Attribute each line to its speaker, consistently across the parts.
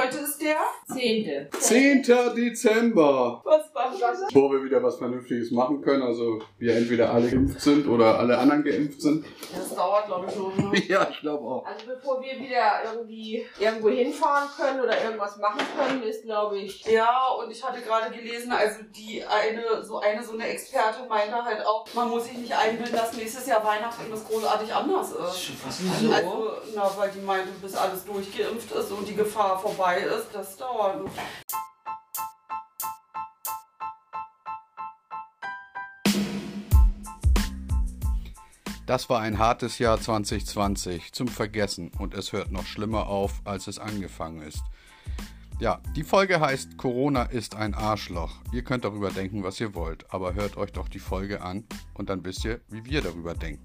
Speaker 1: ist der?
Speaker 2: Zehnte.
Speaker 3: 10. Dezember,
Speaker 1: Was war das?
Speaker 3: wo wir wieder was Vernünftiges machen können. Also wir entweder alle geimpft sind oder alle anderen geimpft sind.
Speaker 1: Das dauert, glaube ich, noch. Ne?
Speaker 3: Ja, ich glaube auch.
Speaker 1: Also bevor wir wieder irgendwie irgendwo hinfahren können oder irgendwas machen können, ist glaube ich.
Speaker 4: Ja, und ich hatte gerade gelesen, also die eine, so eine, so eine Expertin meinte halt auch, man muss sich nicht einbilden, dass nächstes Jahr Weihnachten das großartig anders
Speaker 2: Das ist
Speaker 4: ist.
Speaker 2: schon fast
Speaker 1: Wieso?
Speaker 4: Also, na, weil die meinte, bis alles durchgeimpft ist und die Gefahr vorbei ist, das dauert.
Speaker 3: Das war ein hartes Jahr 2020 zum Vergessen und es hört noch schlimmer auf, als es angefangen ist. Ja, die Folge heißt Corona ist ein Arschloch. Ihr könnt darüber denken, was ihr wollt, aber hört euch doch die Folge an und dann wisst ihr, wie wir darüber denken.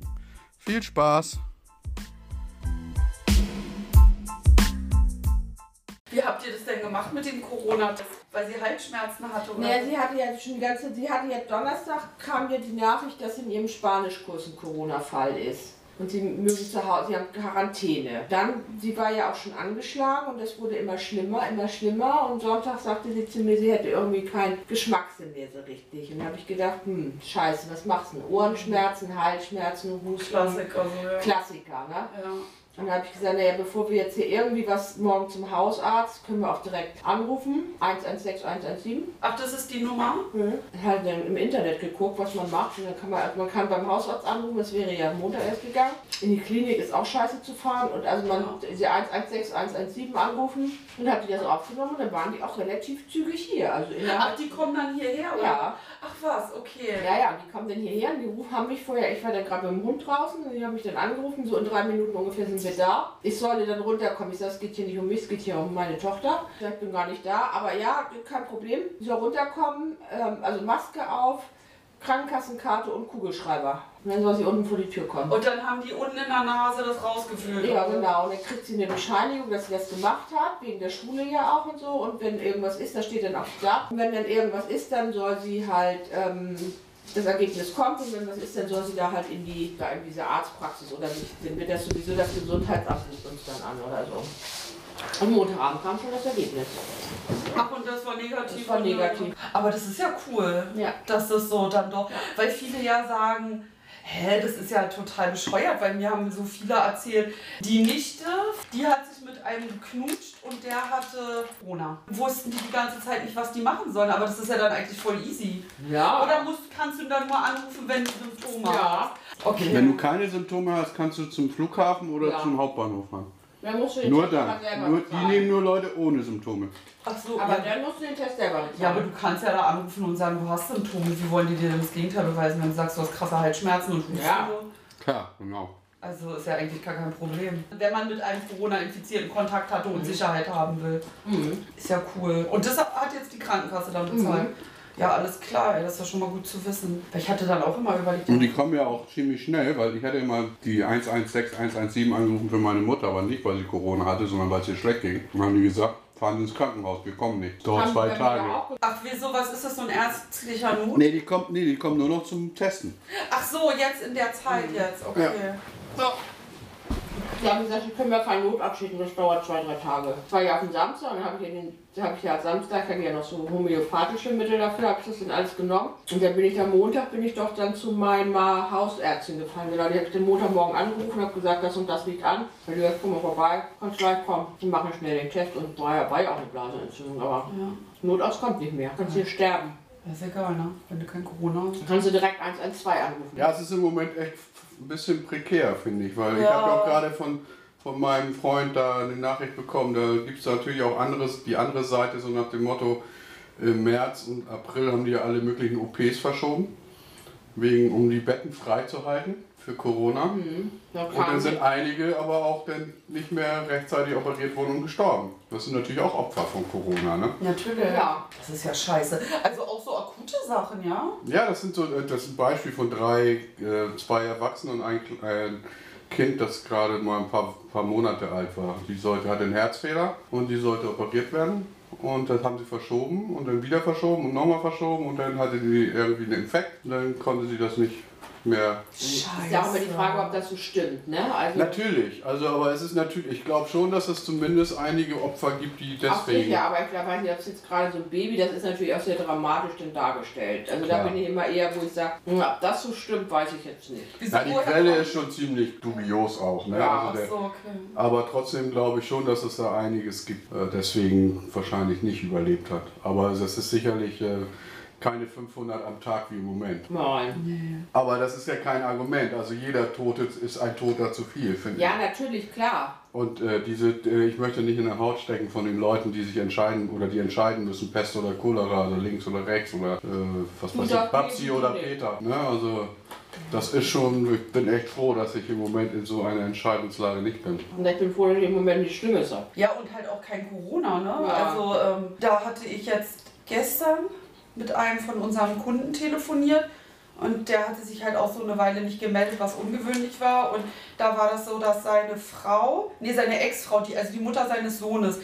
Speaker 3: Viel Spaß!
Speaker 4: Wie habt ihr das denn gemacht mit dem Corona-Test? Weil sie Halsschmerzen hatte oder?
Speaker 1: Ja, sie hatte ja schon die ganze, sie hatte ja Donnerstag kam ja die Nachricht, dass in ihrem Spanischkurs ein Corona-Fall ist. Und sie müssen zu Hause, sie haben Quarantäne. Dann, sie war ja auch schon angeschlagen und es wurde immer schlimmer, immer schlimmer. Und Sonntag sagte sie zu mir, sie hätte irgendwie keinen Geschmackssinn mehr so richtig. Und da habe ich gedacht, hm, scheiße, was machst du? denn? Ohrenschmerzen, Halsschmerzen, Husten.
Speaker 4: Klassiker, so, also, ja.
Speaker 1: Klassiker, ne?
Speaker 4: ja.
Speaker 1: Und dann habe ich gesagt, naja, bevor wir jetzt hier irgendwie was morgen zum Hausarzt, können wir auch direkt anrufen. 116 117.
Speaker 4: Ach, das ist die Nummer?
Speaker 1: Dann halt dann im Internet geguckt, was man macht. Und dann kann man, man kann beim Hausarzt anrufen, das wäre ja am Montag erst gegangen. In die Klinik ist auch scheiße zu fahren. Und also man sie 116 117 anrufen. Und dann hat die das aufgenommen und dann waren die auch relativ zügig hier. Also innerhalb.
Speaker 4: Ach, die kommen dann hierher, oder?
Speaker 1: Ja,
Speaker 4: Ach was, okay.
Speaker 1: ja, ja, die kommen dann hierher und die rufen, haben mich vorher, ich war dann gerade mit dem Hund draußen und die haben mich dann angerufen, so in drei Minuten ungefähr sind wir da. Ich sollte dann runterkommen. Ich sage, es geht hier nicht um mich, es geht hier um meine Tochter. Ich sag, ich bin gar nicht da, aber ja, kein Problem. Ich soll runterkommen, ähm, also Maske auf, Krankenkassenkarte und Kugelschreiber. Und dann soll sie unten vor die Tür kommen.
Speaker 4: Und dann haben die unten in der Nase das rausgewühlt.
Speaker 1: Ja,
Speaker 4: oder?
Speaker 1: genau. Und dann kriegt sie eine Bescheinigung, dass sie das gemacht hat, wegen der Schule ja auch und so. Und wenn irgendwas ist, da steht dann auch da. Und wenn dann irgendwas ist, dann soll sie halt, ähm, das Ergebnis kommt und wenn was ist, dann soll sie da halt in die, da in diese Arztpraxis oder nicht. Dann wird das sowieso das Gesundheitsamt ruft uns dann an oder so. Und Montagabend kam schon das Ergebnis.
Speaker 4: Ach, und das war negativ.
Speaker 1: Das war negativ.
Speaker 4: Aber das ist ja cool,
Speaker 1: Ja.
Speaker 4: dass das so dann doch. Weil viele ja sagen, hä, das ist ja total bescheuert, weil mir haben so viele erzählt, die Nichte, die hat sich mit einem geknutscht und der hatte Corona. Wussten die die ganze Zeit nicht, was die machen sollen, aber das ist ja dann eigentlich voll easy.
Speaker 1: Ja.
Speaker 4: Oder musst, kannst du dann nur anrufen, wenn du Symptome
Speaker 1: Ja.
Speaker 4: hast? Okay.
Speaker 3: Wenn du keine Symptome hast, kannst du zum Flughafen oder
Speaker 1: Ja.
Speaker 3: zum Hauptbahnhof fahren.
Speaker 1: Dann musst du den
Speaker 3: Nur
Speaker 1: Test
Speaker 3: dann.
Speaker 1: aber selber
Speaker 3: Nur, die
Speaker 1: bezahlen.
Speaker 3: nehmen nur Leute ohne Symptome.
Speaker 4: Ach so,
Speaker 1: Aber
Speaker 4: ja.
Speaker 1: dann musst du den Test selber bezahlen.
Speaker 4: Ja, aber du kannst ja da anrufen und sagen, du hast Symptome. Wie wollen die dir denn das Gegenteil beweisen, wenn du sagst, du hast krasse Halsschmerzen und Husten?
Speaker 1: Ja.
Speaker 3: Klar, genau.
Speaker 4: Also ist ja eigentlich gar kein Problem. Wenn man mit einem Corona-Infizierten Kontakt hatte und Sicherheit haben will,
Speaker 1: Mhm.
Speaker 4: ist ja cool. Und das hat jetzt die Krankenkasse dann bezahlt. Ja, alles klar, ey, das ist ja schon mal gut zu wissen. Weil ich hatte dann auch immer überlegt,
Speaker 3: Und die kommen ja auch ziemlich schnell, weil ich hatte immer die 116, 117 angerufen für meine Mutter, aber nicht, weil sie Corona hatte, sondern weil es ihr schlecht ging. Dann haben die gesagt, fahren Sie ins Krankenhaus, wir kommen nicht. Dauert
Speaker 1: Haben
Speaker 3: zwei
Speaker 1: wir bei mir
Speaker 3: Tage.
Speaker 1: auch gesagt.
Speaker 4: ach wieso, was ist das, so ein ärztlicher Not?
Speaker 3: Nee die, kommt, nee, die kommen nur noch zum Testen.
Speaker 4: Ach so, jetzt in der Zeit jetzt, okay.
Speaker 1: Die haben gesagt, ich können wir keinen Notabschied und das dauert zwei, drei Tage. Das war ja auf dem Samstag und dann habe ich, ja den- da hab ich ja Samstag hab ich ja noch so homöopathische Mittel dafür, habe ich das dann alles genommen. Und dann bin ich am Montag, bin ich doch dann zu meiner Hausärztin gefahren. Genau, die habe ich den Montagmorgen angerufen und habe gesagt, das und das liegt an. Weil du hast, komm mal vorbei, kannst gleich kommen. Die machen schnell den Test und naja, war ja auch eine Blasenentzündung, aber
Speaker 4: Ja.
Speaker 1: Notarzt kommt nicht mehr. Kannst hier sterben.
Speaker 4: Ist egal, ne? Wenn du kein Corona hast.
Speaker 1: Dann kannst du direkt 112 anrufen.
Speaker 3: Ja, es ist im Moment echt ein bisschen prekär, finde ich, weil ich
Speaker 4: Ja.
Speaker 3: habe ja auch gerade von, von meinem Freund da eine Nachricht bekommen. Da gibt es natürlich auch anderes, die andere Seite, so nach dem Motto, im März und April haben die ja alle möglichen OPs verschoben, wegen, um die Betten freizuhalten für Corona.
Speaker 1: Dann
Speaker 3: Und dann
Speaker 1: kam
Speaker 3: sind einige aber auch dann nicht mehr rechtzeitig operiert worden und gestorben. Das sind natürlich auch Opfer von Corona, ne?
Speaker 4: Natürlich.
Speaker 1: Ja.
Speaker 4: Das ist ja scheiße. Also auch so akute Sachen, ja?
Speaker 3: Ja, das sind so äh, das ist ein Beispiel von drei, äh, zwei Erwachsenen und ein Kle- ein Kind, das gerade mal ein paar, paar Monate alt war. Die sollte hatte einen Herzfehler und die sollte operiert werden. Und das haben sie verschoben und dann wieder verschoben und nochmal verschoben und dann hatte die irgendwie einen Infekt und dann konnte sie das nicht Ja.
Speaker 1: Ist ja auch immer die Frage, ob das so stimmt, ne? Also,
Speaker 3: Natürlich, also aber es ist natürlich, ich glaube schon, dass es zumindest einige Opfer gibt, die
Speaker 1: Auch
Speaker 3: deswegen.
Speaker 1: sicher, aber ich glaube, weiß nicht, ob es jetzt gerade so ein Baby, das ist natürlich auch sehr dramatisch denn dargestellt. Also
Speaker 3: Klar.
Speaker 1: da bin ich immer eher, wo ich sage, ob das so stimmt, weiß ich jetzt nicht.
Speaker 4: Wieso
Speaker 3: Na, die
Speaker 4: woher
Speaker 3: Quelle
Speaker 4: kommt-
Speaker 3: ist schon ziemlich dubios auch, ne?
Speaker 1: Ja,
Speaker 3: also
Speaker 4: Ach
Speaker 3: der,
Speaker 4: so, okay.
Speaker 3: aber trotzdem glaube ich schon, dass es da einiges gibt, äh, deswegen wahrscheinlich nicht überlebt hat. Aber das ist sicherlich äh, keine 500 am Tag wie im Moment.
Speaker 1: Nein.
Speaker 3: Aber das ist ja kein Argument. Also jeder Tote ist ein Toter zu viel, finde
Speaker 1: Ja,
Speaker 3: ich.
Speaker 1: natürlich, klar.
Speaker 3: Und äh, diese, äh, ich möchte nicht in der Haut stecken von den Leuten, die sich entscheiden oder die entscheiden müssen, Pest oder Cholera, also links oder rechts oder äh, was
Speaker 1: Du
Speaker 3: weiß ich,
Speaker 1: sagst,
Speaker 3: Babsi
Speaker 1: nee, du
Speaker 3: oder
Speaker 1: nicht.
Speaker 3: Peter. Ne? Also das ist schon, ich bin echt froh, dass ich im Moment in so einer Entscheidungslage nicht bin.
Speaker 1: Und ich bin froh, dass ich im Moment nichts Schlimmes habe.
Speaker 4: Ja, und halt auch kein Corona, ne?
Speaker 1: Ja.
Speaker 4: Also ähm, da hatte ich jetzt gestern mit einem von unseren Kunden telefoniert und der hatte sich halt auch so eine Weile nicht gemeldet, was ungewöhnlich war. Und da war das so, dass seine Frau, nee, seine Ex-Frau, die, also die Mutter seines Sohnes,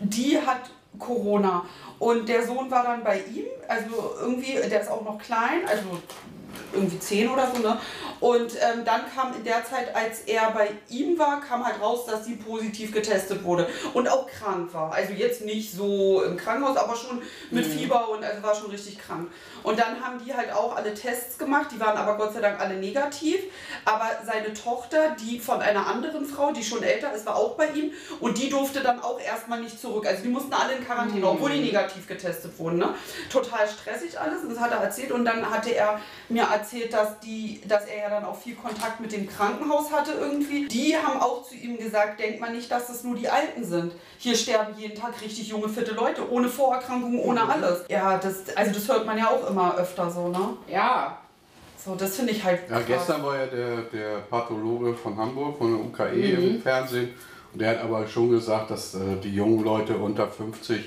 Speaker 4: die hat Corona. Und der Sohn war dann bei ihm, also irgendwie, der ist auch noch klein, also irgendwie zehn oder so, ne? Und ähm, dann kam in der Zeit, als er bei ihm war, kam halt raus, dass sie positiv getestet wurde und auch krank war. Also jetzt nicht so im Krankenhaus, aber schon mit Fieber und also war schon richtig krank. Und dann haben die halt auch alle Tests gemacht, die waren aber Gott sei Dank alle negativ. Aber seine Tochter, die von einer anderen Frau, die schon älter ist, war auch bei ihm und die durfte dann auch erstmal nicht zurück. Also die mussten alle in Quarantäne, obwohl die negativ getestet wurden. Ne? Total stressig alles und das hat er erzählt und dann hatte er mir erzählt, dass, die, dass er ja dann auch viel Kontakt mit dem Krankenhaus hatte irgendwie. Die haben auch zu ihm gesagt, denkt man nicht, dass das nur die Alten sind. Hier sterben jeden Tag richtig junge, fitte Leute, ohne Vorerkrankungen,
Speaker 3: Mhm.
Speaker 4: ohne alles. Ja, das, also das hört man ja auch immer öfter so, ne?
Speaker 1: Ja,
Speaker 4: So, das finde ich halt
Speaker 3: Ja,
Speaker 4: krass.
Speaker 3: gestern war ja der, der Pathologe von Hamburg, von der UKE
Speaker 4: Mhm.
Speaker 3: im Fernsehen. Und der hat aber schon gesagt, dass äh, die jungen Leute unter 50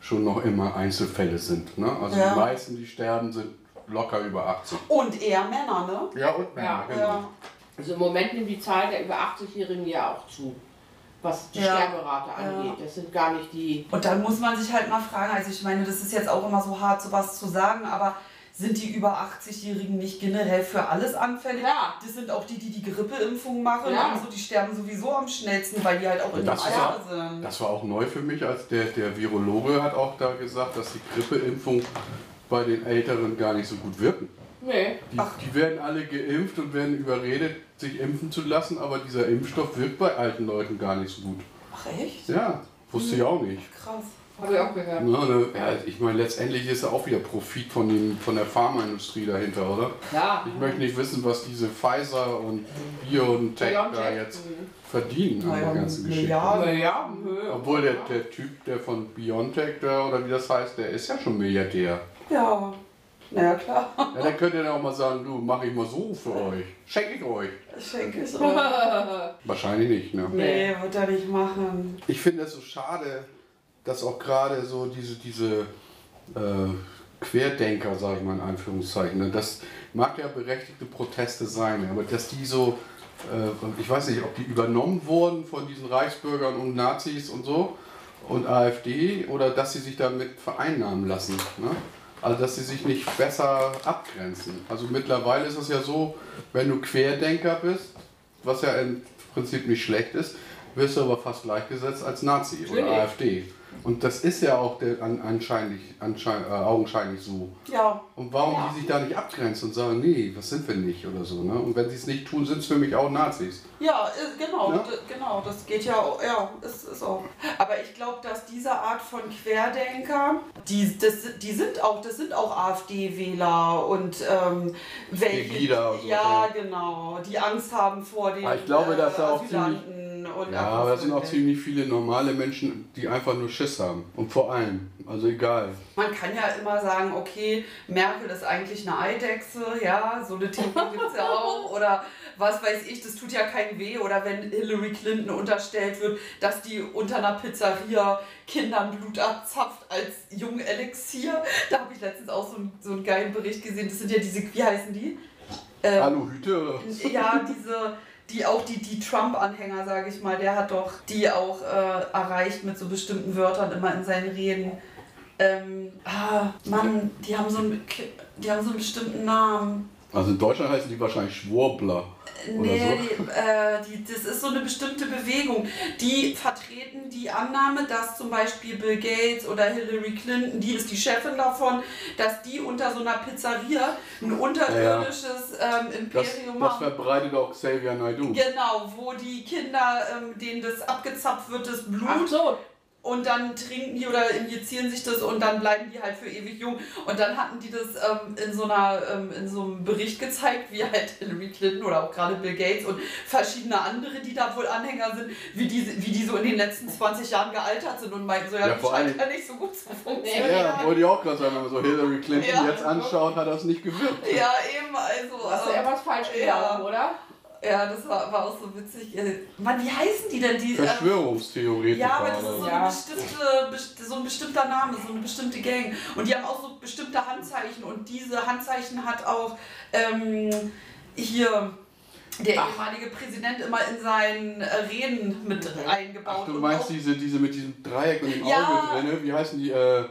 Speaker 3: schon noch immer Einzelfälle sind. Ne? Also
Speaker 4: Ja.
Speaker 3: die meisten, die sterben, sind locker über 80.
Speaker 4: Und eher Männer, ne?
Speaker 3: Ja, und Männer,
Speaker 1: Ja.
Speaker 3: genau.
Speaker 4: Ja.
Speaker 1: also im Moment nimmt die Zahl der über 80-Jährigen ja auch zu, was die
Speaker 4: Ja.
Speaker 1: Sterberate angeht. Das sind gar nicht die.
Speaker 4: Und dann muss man sich halt mal fragen, also ich meine, das ist jetzt auch immer so hart, sowas zu sagen, aber sind die über 80-Jährigen nicht generell für alles anfällig?
Speaker 1: Ja.
Speaker 4: Das sind auch die, die die Grippeimpfung machen
Speaker 1: Ja.
Speaker 4: und so, die sterben sowieso am schnellsten, weil die halt auch in dem
Speaker 3: Das ist
Speaker 4: Alter
Speaker 3: auch-
Speaker 4: sind.
Speaker 3: Das war auch neu für mich, als der, der Virologe hat auch da gesagt, dass die Grippeimpfung bei den Älteren gar nicht so gut wirken.
Speaker 1: Nee.
Speaker 3: Die,
Speaker 4: Ach.
Speaker 3: die werden alle geimpft und werden überredet, sich impfen zu lassen, aber dieser Impfstoff wirkt bei alten Leuten gar nicht so gut.
Speaker 4: Ach echt?
Speaker 3: Ja, wusste ich auch nicht.
Speaker 4: Krass.
Speaker 1: Habe ich auch gehört.
Speaker 3: Ne, ne, ja, ich meine, letztendlich ist ja auch wieder Profit von, dem, von der Pharmaindustrie dahinter, oder?
Speaker 1: Ja.
Speaker 3: Ich möchte nicht wissen, was diese Pfizer und BioNTech da
Speaker 1: BioNTech,
Speaker 3: jetzt
Speaker 1: mhm.
Speaker 3: verdienen an der
Speaker 4: Naja,
Speaker 3: ganzen Geschichte.
Speaker 4: Milliarden.
Speaker 1: Ja, nö.
Speaker 3: Obwohl der, der Typ, der von BioNTech da, oder wie das heißt, der ist ja schon Milliardär.
Speaker 4: Ja. Naja, klar.
Speaker 3: Ja, dann könnt ihr dann auch mal sagen, du, mach ich mal so für euch. Schenke ich euch.
Speaker 4: Schenke ich auch.
Speaker 3: Wahrscheinlich nicht, ne?
Speaker 4: Nee, wird er nicht machen.
Speaker 3: Ich finde es so schade, dass auch gerade so diese, diese äh, Querdenker, sage ich mal in Anführungszeichen, ne, das mag ja berechtigte Proteste sein, aber dass die so, äh, ich weiß nicht, ob die übernommen wurden von diesen Reichsbürgern und Nazis und so und AfD oder dass sie sich damit vereinnahmen lassen. Ne? Also dass sie sich nicht besser abgrenzen. Also mittlerweile ist es ja so, wenn du Querdenker bist, was ja im Prinzip nicht schlecht ist, wirst du aber fast gleichgesetzt als Nazi oder
Speaker 1: Natürlich.
Speaker 3: AfD. Und das ist ja auch der, an, anscheinend, anschein, äh, augenscheinlich so.
Speaker 4: Ja.
Speaker 3: Und warum
Speaker 1: Ja.
Speaker 3: die sich da nicht abgrenzen und sagen, nee, was sind wir nicht oder so. Ne? Und wenn sie es nicht tun, sind es für mich auch Nazis.
Speaker 4: Ja, äh, genau,
Speaker 3: Ne?
Speaker 4: d- genau, das geht ja, auch- ja, ist, ist auch. Aber ich glaube, dass diese Art von Querdenker, die, das, sind- die sind auch, das sind auch AfD-Wähler und ähm, welche,
Speaker 3: Pegida und so,
Speaker 4: ja, genau, die Angst haben vor den äh,
Speaker 3: Aber ich glaube, dass da auch
Speaker 4: Asylanten und
Speaker 3: Ja, aber es sind auch ziemlich viele normale Menschen, die einfach nur Schiss haben. Und vor allem, also egal.
Speaker 4: Man kann ja immer sagen, okay, Merkel ist eigentlich eine Eidechse, ja, so eine Theorie gibt es ja auch. Oder was weiß ich, das tut ja keinem weh. Oder wenn Hillary Clinton unterstellt wird, dass die unter einer Pizzeria Kindern Blut abzapft als Jungelixier. Da habe ich letztens auch so einen, so einen geilen Bericht gesehen. Das sind ja diese, wie heißen die? Ähm,
Speaker 3: Aluhüte oder was?
Speaker 4: ja, diese, die auch die, die Trump-Anhänger, sage ich mal, der hat doch die auch äh, erreicht mit so bestimmten Wörtern immer in seinen Reden. Ähm, ah, Mann, die haben so einen, Ki- die haben so einen bestimmten Namen.
Speaker 3: Also in Deutschland heißen die wahrscheinlich Schwurbler. Oder
Speaker 4: Nee,
Speaker 3: so.
Speaker 4: die, äh, die, das ist so eine bestimmte Bewegung. Die vertreten die Annahme, dass zum Beispiel Bill Gates oder Hillary Clinton, die ist die Chefin davon, dass die unter so einer Pizzeria ein unterirdisches ähm,
Speaker 3: Das,
Speaker 4: Imperium
Speaker 3: das
Speaker 4: haben.
Speaker 3: verbreitet auch Xavier Naidoo.
Speaker 4: Genau, wo die Kinder, ähm, denen das abgezapft wird, das Blut.
Speaker 1: Ach so,
Speaker 4: Und dann trinken die oder injizieren sich das und dann bleiben die halt für ewig jung. Und dann hatten die das ähm, in, so einer, ähm, in so einem Bericht gezeigt, wie halt Hillary Clinton oder auch gerade Bill Gates und verschiedene andere, die da wohl Anhänger sind, wie die, wie die so in den letzten 20 Jahren gealtert sind und meinten so, ja,
Speaker 3: Ja,
Speaker 4: das
Speaker 3: vor
Speaker 4: scheint
Speaker 3: allem-
Speaker 4: ja nicht so gut zu funktionieren.
Speaker 3: Ja, wollte ich auch gerade sagen, wenn man so Hillary Clinton
Speaker 4: Ja.
Speaker 3: jetzt anschaut, hat das nicht gewirkt.
Speaker 4: Ja, eben,
Speaker 1: hast
Speaker 4: also.
Speaker 1: du
Speaker 4: Ähm,
Speaker 1: etwas falsch
Speaker 4: ja.
Speaker 1: gelaufen, oder?
Speaker 4: ja, das war, war auch so witzig. Äh, Mann, wie heißen die denn? Die, ähm,
Speaker 3: Verschwörungstheoretiker.
Speaker 4: Ja, aber das ist so,
Speaker 3: oder
Speaker 1: Ja.
Speaker 4: eine bestimmte, best- so ein bestimmter Name, so eine bestimmte Gang. Und die haben auch so bestimmte Handzeichen. Und diese Handzeichen hat auch ähm, hier der ehemalige Präsident immer in seinen äh, Reden mit eingebaut.
Speaker 3: Ach, du
Speaker 4: Und
Speaker 3: meinst
Speaker 4: auch-
Speaker 3: diese, diese mit diesem Dreieck und dem
Speaker 4: Ja.
Speaker 3: Auge drinne? Wie heißen die? Äh,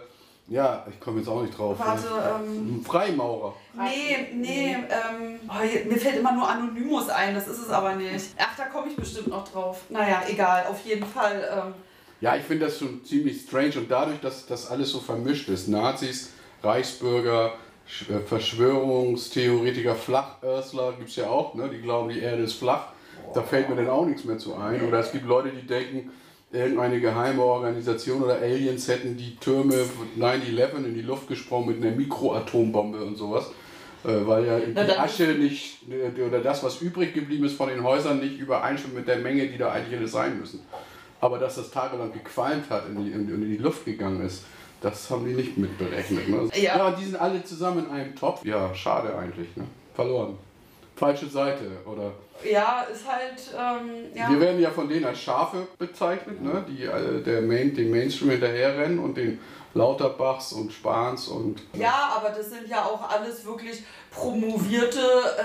Speaker 3: ja, ich komme jetzt auch nicht drauf.
Speaker 4: Warte, ähm,
Speaker 3: Ein Freimaurer.
Speaker 4: nee, nee, ähm, oh, je- mir fällt immer nur Anonymous ein, das ist es aber nicht. Ach, da komme ich bestimmt noch drauf. Naja, egal, auf jeden Fall. Ähm,
Speaker 3: Ja, ich finde das schon ziemlich strange und dadurch, dass das alles so vermischt ist, Nazis, Reichsbürger, Sch- äh, Verschwörungstheoretiker, Flachörsler gibt es ja auch, ne? die glauben, die Erde ist flach. Da fällt mir dann auch nichts mehr zu ein. Oder es gibt Leute, die denken, irgendeine geheime Organisation oder Aliens hätten die Türme von 9-11 in die Luft gesprungen mit einer Mikroatombombe und sowas. Äh, weil ja
Speaker 4: Na,
Speaker 3: die
Speaker 4: dann-
Speaker 3: Asche nicht, äh, oder das, was übrig geblieben ist von den Häusern, nicht übereinstimmt mit der Menge, die da eigentlich hätte sein müssen. Aber dass das tagelang gequalmt hat und in die, in, in die Luft gegangen ist, das haben die nicht mitberechnet. Ne?
Speaker 4: Ja.
Speaker 3: die sind alle zusammen in einem Topf. Ja, schade eigentlich. Ne? Verloren. Falsche Seite. Oder
Speaker 4: ja, ist halt, ähm, ja.
Speaker 3: Wir werden ja von denen als Schafe bezeichnet, ne? die äh, der Main, dem Mainstream hinterherrennen und den Lauterbachs und Spahns und.
Speaker 4: Ja, aber das sind ja auch alles wirklich promovierte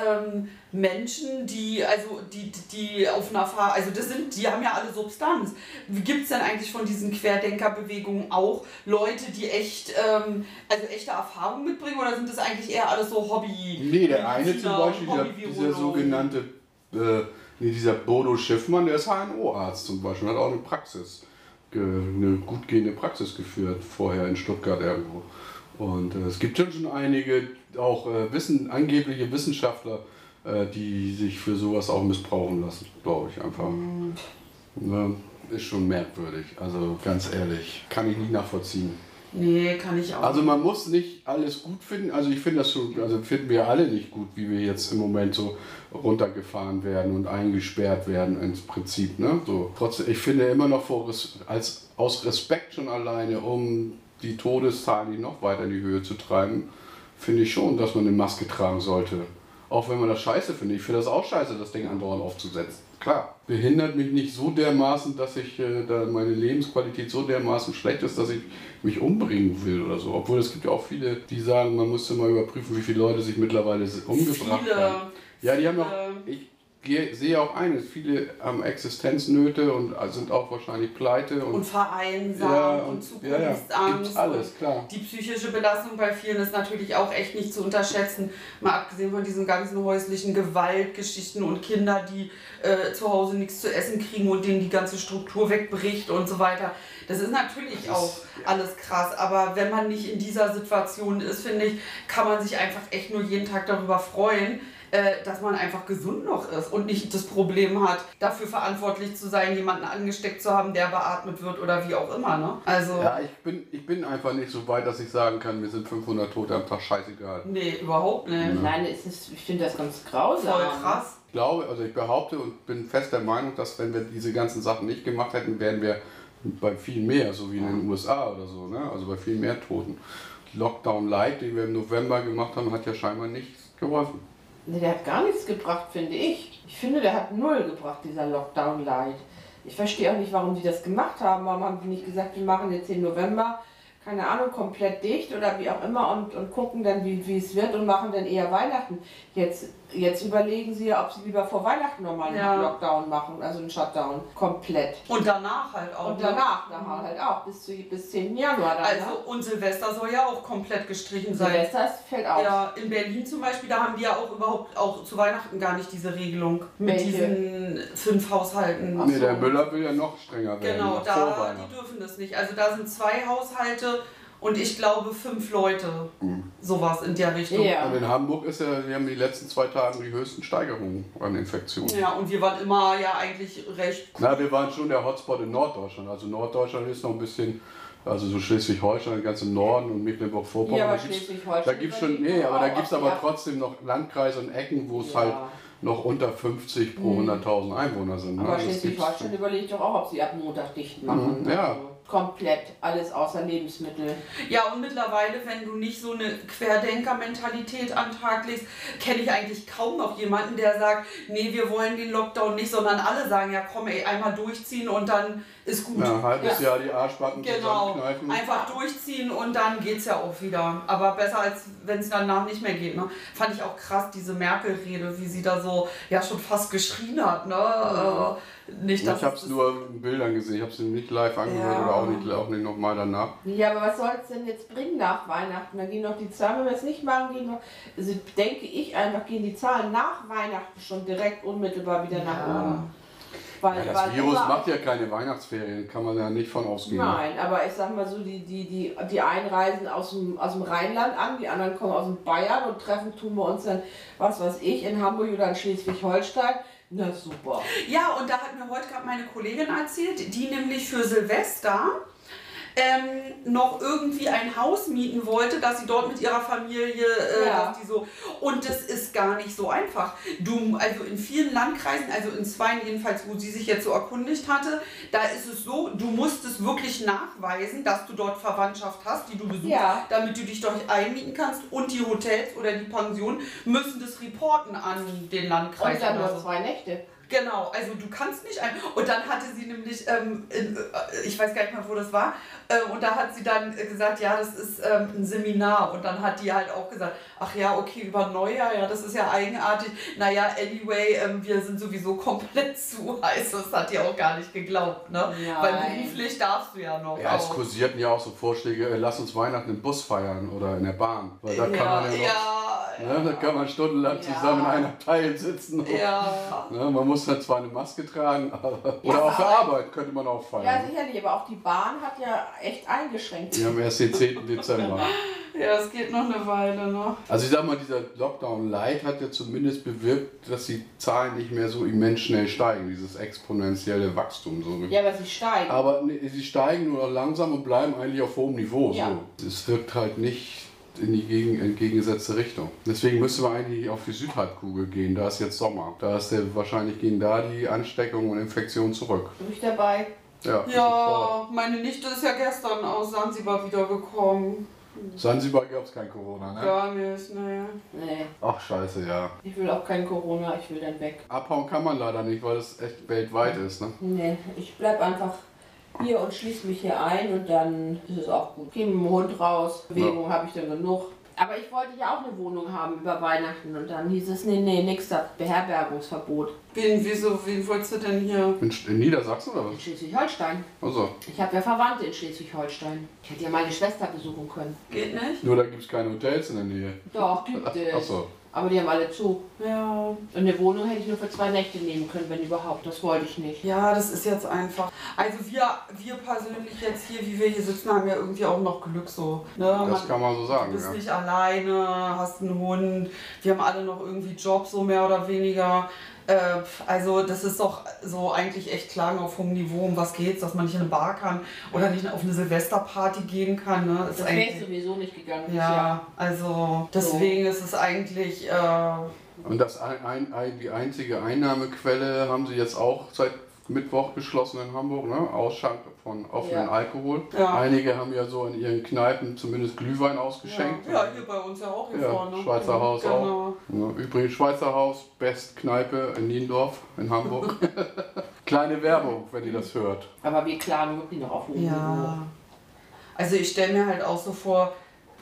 Speaker 4: ähm, Menschen, die also die, die auf einer Fahr also das sind, die haben ja alle Substanz. Gibt es denn eigentlich von diesen Querdenkerbewegungen auch Leute, die echt, ähm, also echte Erfahrung mitbringen oder sind das eigentlich eher alles so Hobby?
Speaker 3: Nee, der eine zum
Speaker 4: Mediziner,
Speaker 3: Beispiel, dieser, dieser
Speaker 4: Hobbyvirologen?
Speaker 3: sogenannte, äh, nee, dieser Bodo Schiffmann, der ist HNO-Arzt zum Beispiel, hat auch eine Praxis, ge- eine gut gehende Praxis geführt, vorher in Stuttgart irgendwo. Und äh, es gibt schon schon einige, auch äh, wissen, angebliche Wissenschaftler, äh, die sich für sowas auch missbrauchen lassen, glaube ich einfach. Ne? Ist schon merkwürdig, also ganz ehrlich, kann ich nie nachvollziehen.
Speaker 4: Nee, kann ich auch.
Speaker 3: Also man muss nicht alles gut finden. Also ich finde das schon, also finden wir alle nicht gut, wie wir jetzt im Moment so runtergefahren werden und eingesperrt werden ins Prinzip. Ne? So. Trotzdem, ich finde immer noch vor, Res- als, aus Respekt schon alleine, um die Todeszahlen die noch weiter in die Höhe zu treiben, finde ich schon, dass man eine Maske tragen sollte. Auch wenn man das scheiße findet. Ich finde das auch scheiße, das Ding andauernd aufzusetzen. Klar. Behindert mich nicht so dermaßen, dass ich äh, da meine Lebensqualität so dermaßen schlecht ist, dass ich mich umbringen will oder so. Obwohl es gibt ja auch viele, die sagen, man müsste mal überprüfen, wie viele Leute sich mittlerweile umgebracht
Speaker 4: Viele.
Speaker 3: haben. Ja, die haben auch.
Speaker 4: Viele.
Speaker 3: Ich gehe- sehe auch eines. Viele haben Existenznöte und äh, sind auch wahrscheinlich pleite und,
Speaker 4: und vereinsamt
Speaker 3: ja,
Speaker 4: und
Speaker 3: ja, ja,
Speaker 4: Zukunftsangst.
Speaker 3: gibt's alles,
Speaker 4: und-
Speaker 3: klar.
Speaker 4: Die psychische Belastung bei vielen ist natürlich auch echt nicht zu unterschätzen. Mal abgesehen von diesen ganzen häuslichen Gewaltgeschichten und Kinder, die äh, zu Hause nichts zu essen kriegen und denen die ganze Struktur wegbricht und so weiter. Das ist natürlich auch alles krass, aber wenn man nicht in dieser Situation ist, finde ich, kann man sich einfach echt nur jeden Tag darüber freuen, äh, dass man einfach gesund noch ist und nicht das Problem hat, dafür verantwortlich zu sein, jemanden angesteckt zu haben, der beatmet wird oder wie auch immer. Ne? Also,
Speaker 3: Ja, ich bin, ich bin einfach nicht so weit, dass ich sagen kann, mir sind 500 Tote am Tag scheißegal.
Speaker 4: nee, überhaupt nicht.
Speaker 1: Nein, es ist, ich finde das ganz grausam.
Speaker 4: Voll krass.
Speaker 3: Ich glaube, also ich behaupte und bin fest der Meinung, dass wenn wir diese ganzen Sachen nicht gemacht hätten, wären wir bei viel mehr, so wie in den USA oder so, ne? also bei viel mehr Toten. Lockdown Light, den wir im November gemacht haben, hat ja scheinbar nichts geholfen.
Speaker 1: Nee, der hat gar nichts gebracht, finde ich. Ich finde, der hat null gebracht, dieser Lockdown-Light. Ich verstehe auch nicht, warum die das gemacht haben. Warum haben die nicht gesagt, wir machen jetzt den November keine Ahnung, komplett dicht oder wie auch immer und, und gucken dann, wie wie es wird und machen dann eher Weihnachten. Jetzt, jetzt überlegen sie ja, ob sie lieber vor Weihnachten nochmal einen
Speaker 4: Ja.
Speaker 1: Lockdown machen, also einen Shutdown. Komplett.
Speaker 4: Und danach halt auch.
Speaker 1: Und
Speaker 4: ne?
Speaker 1: danach, nachher halt auch, bis, zu, bis 10. Januar. Dann,
Speaker 4: Also,
Speaker 1: ne?
Speaker 4: und Silvester soll ja auch komplett gestrichen sein.
Speaker 1: Silvester ist- fällt aus.
Speaker 4: Ja, in Berlin zum Beispiel, da haben die ja auch überhaupt auch zu Weihnachten gar nicht diese Regelung mit
Speaker 1: Welche?
Speaker 4: diesen fünf Haushalten.
Speaker 1: Ach
Speaker 3: Nee,
Speaker 1: so.
Speaker 3: der Müller will ja noch strenger werden.
Speaker 4: Genau,
Speaker 3: noch vor
Speaker 4: da
Speaker 3: Weihnachten.
Speaker 4: die dürfen das nicht. Also da sind zwei Haushalte und ich glaube fünf Leute.
Speaker 3: Mhm.
Speaker 4: Sowas in der Richtung.
Speaker 1: Ja.
Speaker 3: Und in Hamburg ist ja, wir haben die letzten zwei Tage die höchsten Steigerungen an Infektionen.
Speaker 4: Ja, und wir waren immer ja eigentlich recht.
Speaker 3: Na, wir waren schon der Hotspot in Norddeutschland. Also Norddeutschland ist noch ein bisschen, also so Schleswig-Holstein, ganz im Norden und Mecklenburg-Vorpommern.
Speaker 1: Ja, aber
Speaker 3: da gibt's-
Speaker 1: Schleswig-Holstein
Speaker 3: Da gibt's schon,
Speaker 1: überlebt
Speaker 3: nee,
Speaker 1: doch
Speaker 3: aber da
Speaker 1: auch,
Speaker 3: gibt es aber
Speaker 1: ja.
Speaker 3: trotzdem noch Landkreise und Ecken, wo es
Speaker 1: Ja.
Speaker 3: halt noch unter 50 pro 100.000 Einwohner sind. ne?
Speaker 1: Aber
Speaker 3: Also das
Speaker 1: Schleswig-Holstein überlegt doch auch, ob sie ab Montag dicht machen.
Speaker 3: Mhm, ja.
Speaker 1: Also komplett, alles außer Lebensmittel.
Speaker 4: Ja, und mittlerweile, wenn du nicht so eine Querdenker-Mentalität an den Tag legst, kenne ich eigentlich kaum noch jemanden, der sagt, nee, wir wollen den Lockdown nicht, sondern alle sagen, ja komm, ey, einmal durchziehen und dann ist gut.
Speaker 3: Na, ein halbes
Speaker 1: Ja.
Speaker 3: Jahr die Arschbacken
Speaker 4: Genau,
Speaker 3: zusammenkneifen.
Speaker 4: einfach durchziehen und dann geht's ja auch wieder. Aber besser als wenn es danach nicht mehr geht. Ne? Fand ich auch krass, diese Merkel-Rede, wie sie da so ja schon fast geschrien hat. Ne? Äh, nicht,
Speaker 3: Ich
Speaker 4: dass
Speaker 3: habe es
Speaker 4: das-
Speaker 3: nur in Bildern gesehen, ich habe es nicht live angehört
Speaker 4: Ja.
Speaker 3: oder auch nicht, auch nicht nochmal danach.
Speaker 1: Ja, aber was soll es denn jetzt bringen nach Weihnachten? Da gehen doch die Zahlen, wenn wir es nicht machen, gehen noch, also denke ich einfach, gehen die Zahlen nach Weihnachten schon direkt unmittelbar wieder nach oben. Weil,
Speaker 3: Ja,
Speaker 1: weil
Speaker 3: das Virus
Speaker 1: immer-
Speaker 3: macht ja keine Weihnachtsferien, kann man ja nicht von ausgehen. ne?
Speaker 1: Nein, aber ich sag mal so, die, die, die, die einen reisen aus dem, aus dem Rheinland an, die anderen kommen aus dem Bayern und treffen tun wir uns dann, was weiß ich, in Hamburg oder in Schleswig-Holstein. Na super.
Speaker 4: Ja, und da hat mir heute gerade meine Kollegin erzählt, die nämlich für Silvester ähm, noch irgendwie ein Haus mieten wollte, dass sie dort mit ihrer Familie, äh,
Speaker 1: Ja.
Speaker 4: dass die so. Und das ist gar nicht so einfach. Du, also in vielen Landkreisen, also in zwei jedenfalls, wo sie sich jetzt so erkundigt hatte, da ist es so, du musst es wirklich nachweisen, dass du dort Verwandtschaft hast, die du besuchst,
Speaker 1: Ja.
Speaker 4: damit du dich dort einmieten kannst. Und die Hotels oder die Pensionen müssen das reporten an den Landkreis.
Speaker 1: Und dann
Speaker 4: oder
Speaker 1: nur
Speaker 4: so.
Speaker 1: zwei Nächte.
Speaker 4: Genau, also du kannst nicht ein. Und dann hatte sie nämlich, ähm, in, äh, ich weiß gar nicht mehr, wo das war, äh, und da hat sie dann äh, gesagt, ja, das ist ähm, ein Seminar. Und dann hat die halt auch gesagt, ach ja, okay, über Neujahr, ja, das ist ja eigenartig. Naja, anyway, ähm, wir sind sowieso komplett zu heiß. Das hat die auch gar nicht geglaubt, ne?
Speaker 1: Nein.
Speaker 4: Weil beruflich darfst du ja noch.
Speaker 3: Ja, es
Speaker 4: auch.
Speaker 3: kursierten ja auch so Vorschläge, äh, lass uns Weihnachten im Bus feiern oder in der Bahn. Weil da kann man ja,
Speaker 4: ja,
Speaker 3: noch, Ne, da kann man stundenlang
Speaker 1: Ja.
Speaker 3: zusammen in einem Teil sitzen. und-
Speaker 4: ja, ja.
Speaker 3: Ne, man muss dann zwar eine Maske tragen, aber. Oder auf der Arbeit könnte man auch
Speaker 1: Ja,
Speaker 3: feiern.
Speaker 1: sicherlich, aber auch die Bahn hat ja echt eingeschränkt.
Speaker 3: Wir haben erst den 10. Dezember.
Speaker 4: Ja, es geht noch eine Weile, ne?
Speaker 3: Also ich sag mal, dieser Lockdown Light hat ja zumindest bewirkt, dass die Zahlen nicht mehr so immens schnell steigen, dieses exponentielle Wachstum. So.
Speaker 1: Ja, aber sie steigen.
Speaker 3: Aber nee, sie steigen nur noch langsam und bleiben eigentlich auf hohem Niveau.
Speaker 1: Ja.
Speaker 3: So. Es wirkt halt nicht in die gegen, entgegengesetzte Richtung. Deswegen müsste man eigentlich auf die Südhalbkugel gehen. Da ist jetzt Sommer. Da ist der, wahrscheinlich gehen da die Ansteckungen und Infektionen zurück.
Speaker 1: Bin ich dabei?
Speaker 3: Ja. sofort.
Speaker 4: Ja, meine Nichte ist ja gestern aus Sansibar wiedergekommen.
Speaker 3: Sansibar gab es kein Corona, ne?
Speaker 4: Gar nicht, naja.
Speaker 1: Nee,
Speaker 3: Ach scheiße, ja.
Speaker 1: ich will auch kein Corona, ich will dann weg.
Speaker 3: Abhauen kann man leider nicht, weil es echt weltweit ist, ne?
Speaker 1: Nee, ich bleib einfach hier und schließe mich hier ein und dann ist es auch gut. Geh mit dem Hund raus, Bewegung habe ich dann genug. Aber ich wollte ja auch eine Wohnung haben über Weihnachten und dann hieß es, nee, nee, nix da, Beherbergungsverbot.
Speaker 4: Wen, wieso, wen wolltest du denn hier?
Speaker 3: In, in Niedersachsen oder
Speaker 1: In
Speaker 3: was?
Speaker 1: Schleswig-Holstein.
Speaker 3: Also,
Speaker 1: Ich habe ja Verwandte in Schleswig-Holstein. Ich hätte ja meine Schwester besuchen können.
Speaker 4: Geht nicht?
Speaker 3: nur da gibt es keine Hotels in der Nähe.
Speaker 1: Doch, gibt
Speaker 3: Ach
Speaker 1: es.
Speaker 3: so.
Speaker 1: Aber die haben alle zu.
Speaker 4: Ja.
Speaker 1: Und eine Wohnung hätte ich nur für zwei Nächte nehmen können, wenn überhaupt. Das wollte ich nicht.
Speaker 4: Ja, das ist jetzt einfach. Also wir, wir persönlich jetzt hier, wie wir hier sitzen, haben ja irgendwie auch noch Glück so. Ne?
Speaker 3: Das
Speaker 4: Man-
Speaker 3: kann man so
Speaker 4: du
Speaker 3: sagen,
Speaker 4: bist
Speaker 3: ja.
Speaker 4: nicht alleine, hast einen Hund, wir haben alle noch irgendwie Job so mehr oder weniger. Äh, also das ist doch so eigentlich echt Klagen auf hohem Niveau, um was geht's, dass man nicht in eine Bar kann oder nicht auf eine Silvesterparty gehen kann. Ne? Ist
Speaker 1: Das wäre ich sowieso nicht gegangen.
Speaker 4: ja, also deswegen ist es eigentlich... Äh,
Speaker 3: Und das ein, ein, ein, die einzige Einnahmequelle haben sie jetzt auch seit Mittwoch geschlossen in Hamburg, ne? Ausschank von offenen
Speaker 1: Ja.
Speaker 3: Alkohol.
Speaker 4: Ja.
Speaker 3: Einige haben ja so in ihren Kneipen zumindest Glühwein ausgeschenkt.
Speaker 4: Ja, ja, hier bei uns ja auch hier
Speaker 3: Ja,
Speaker 4: vorne.
Speaker 3: Schweizer
Speaker 4: Mhm,
Speaker 3: Haus
Speaker 4: genau.
Speaker 3: auch. Ja, Ne? übrigens Schweizer Haus, Bestkneipe in Niendorf in Hamburg. Kleine Werbung, wenn ihr das hört.
Speaker 1: Aber wir klagen wirklich noch auf hohem Niveau.
Speaker 4: Ja. Also ich stelle mir halt auch so vor,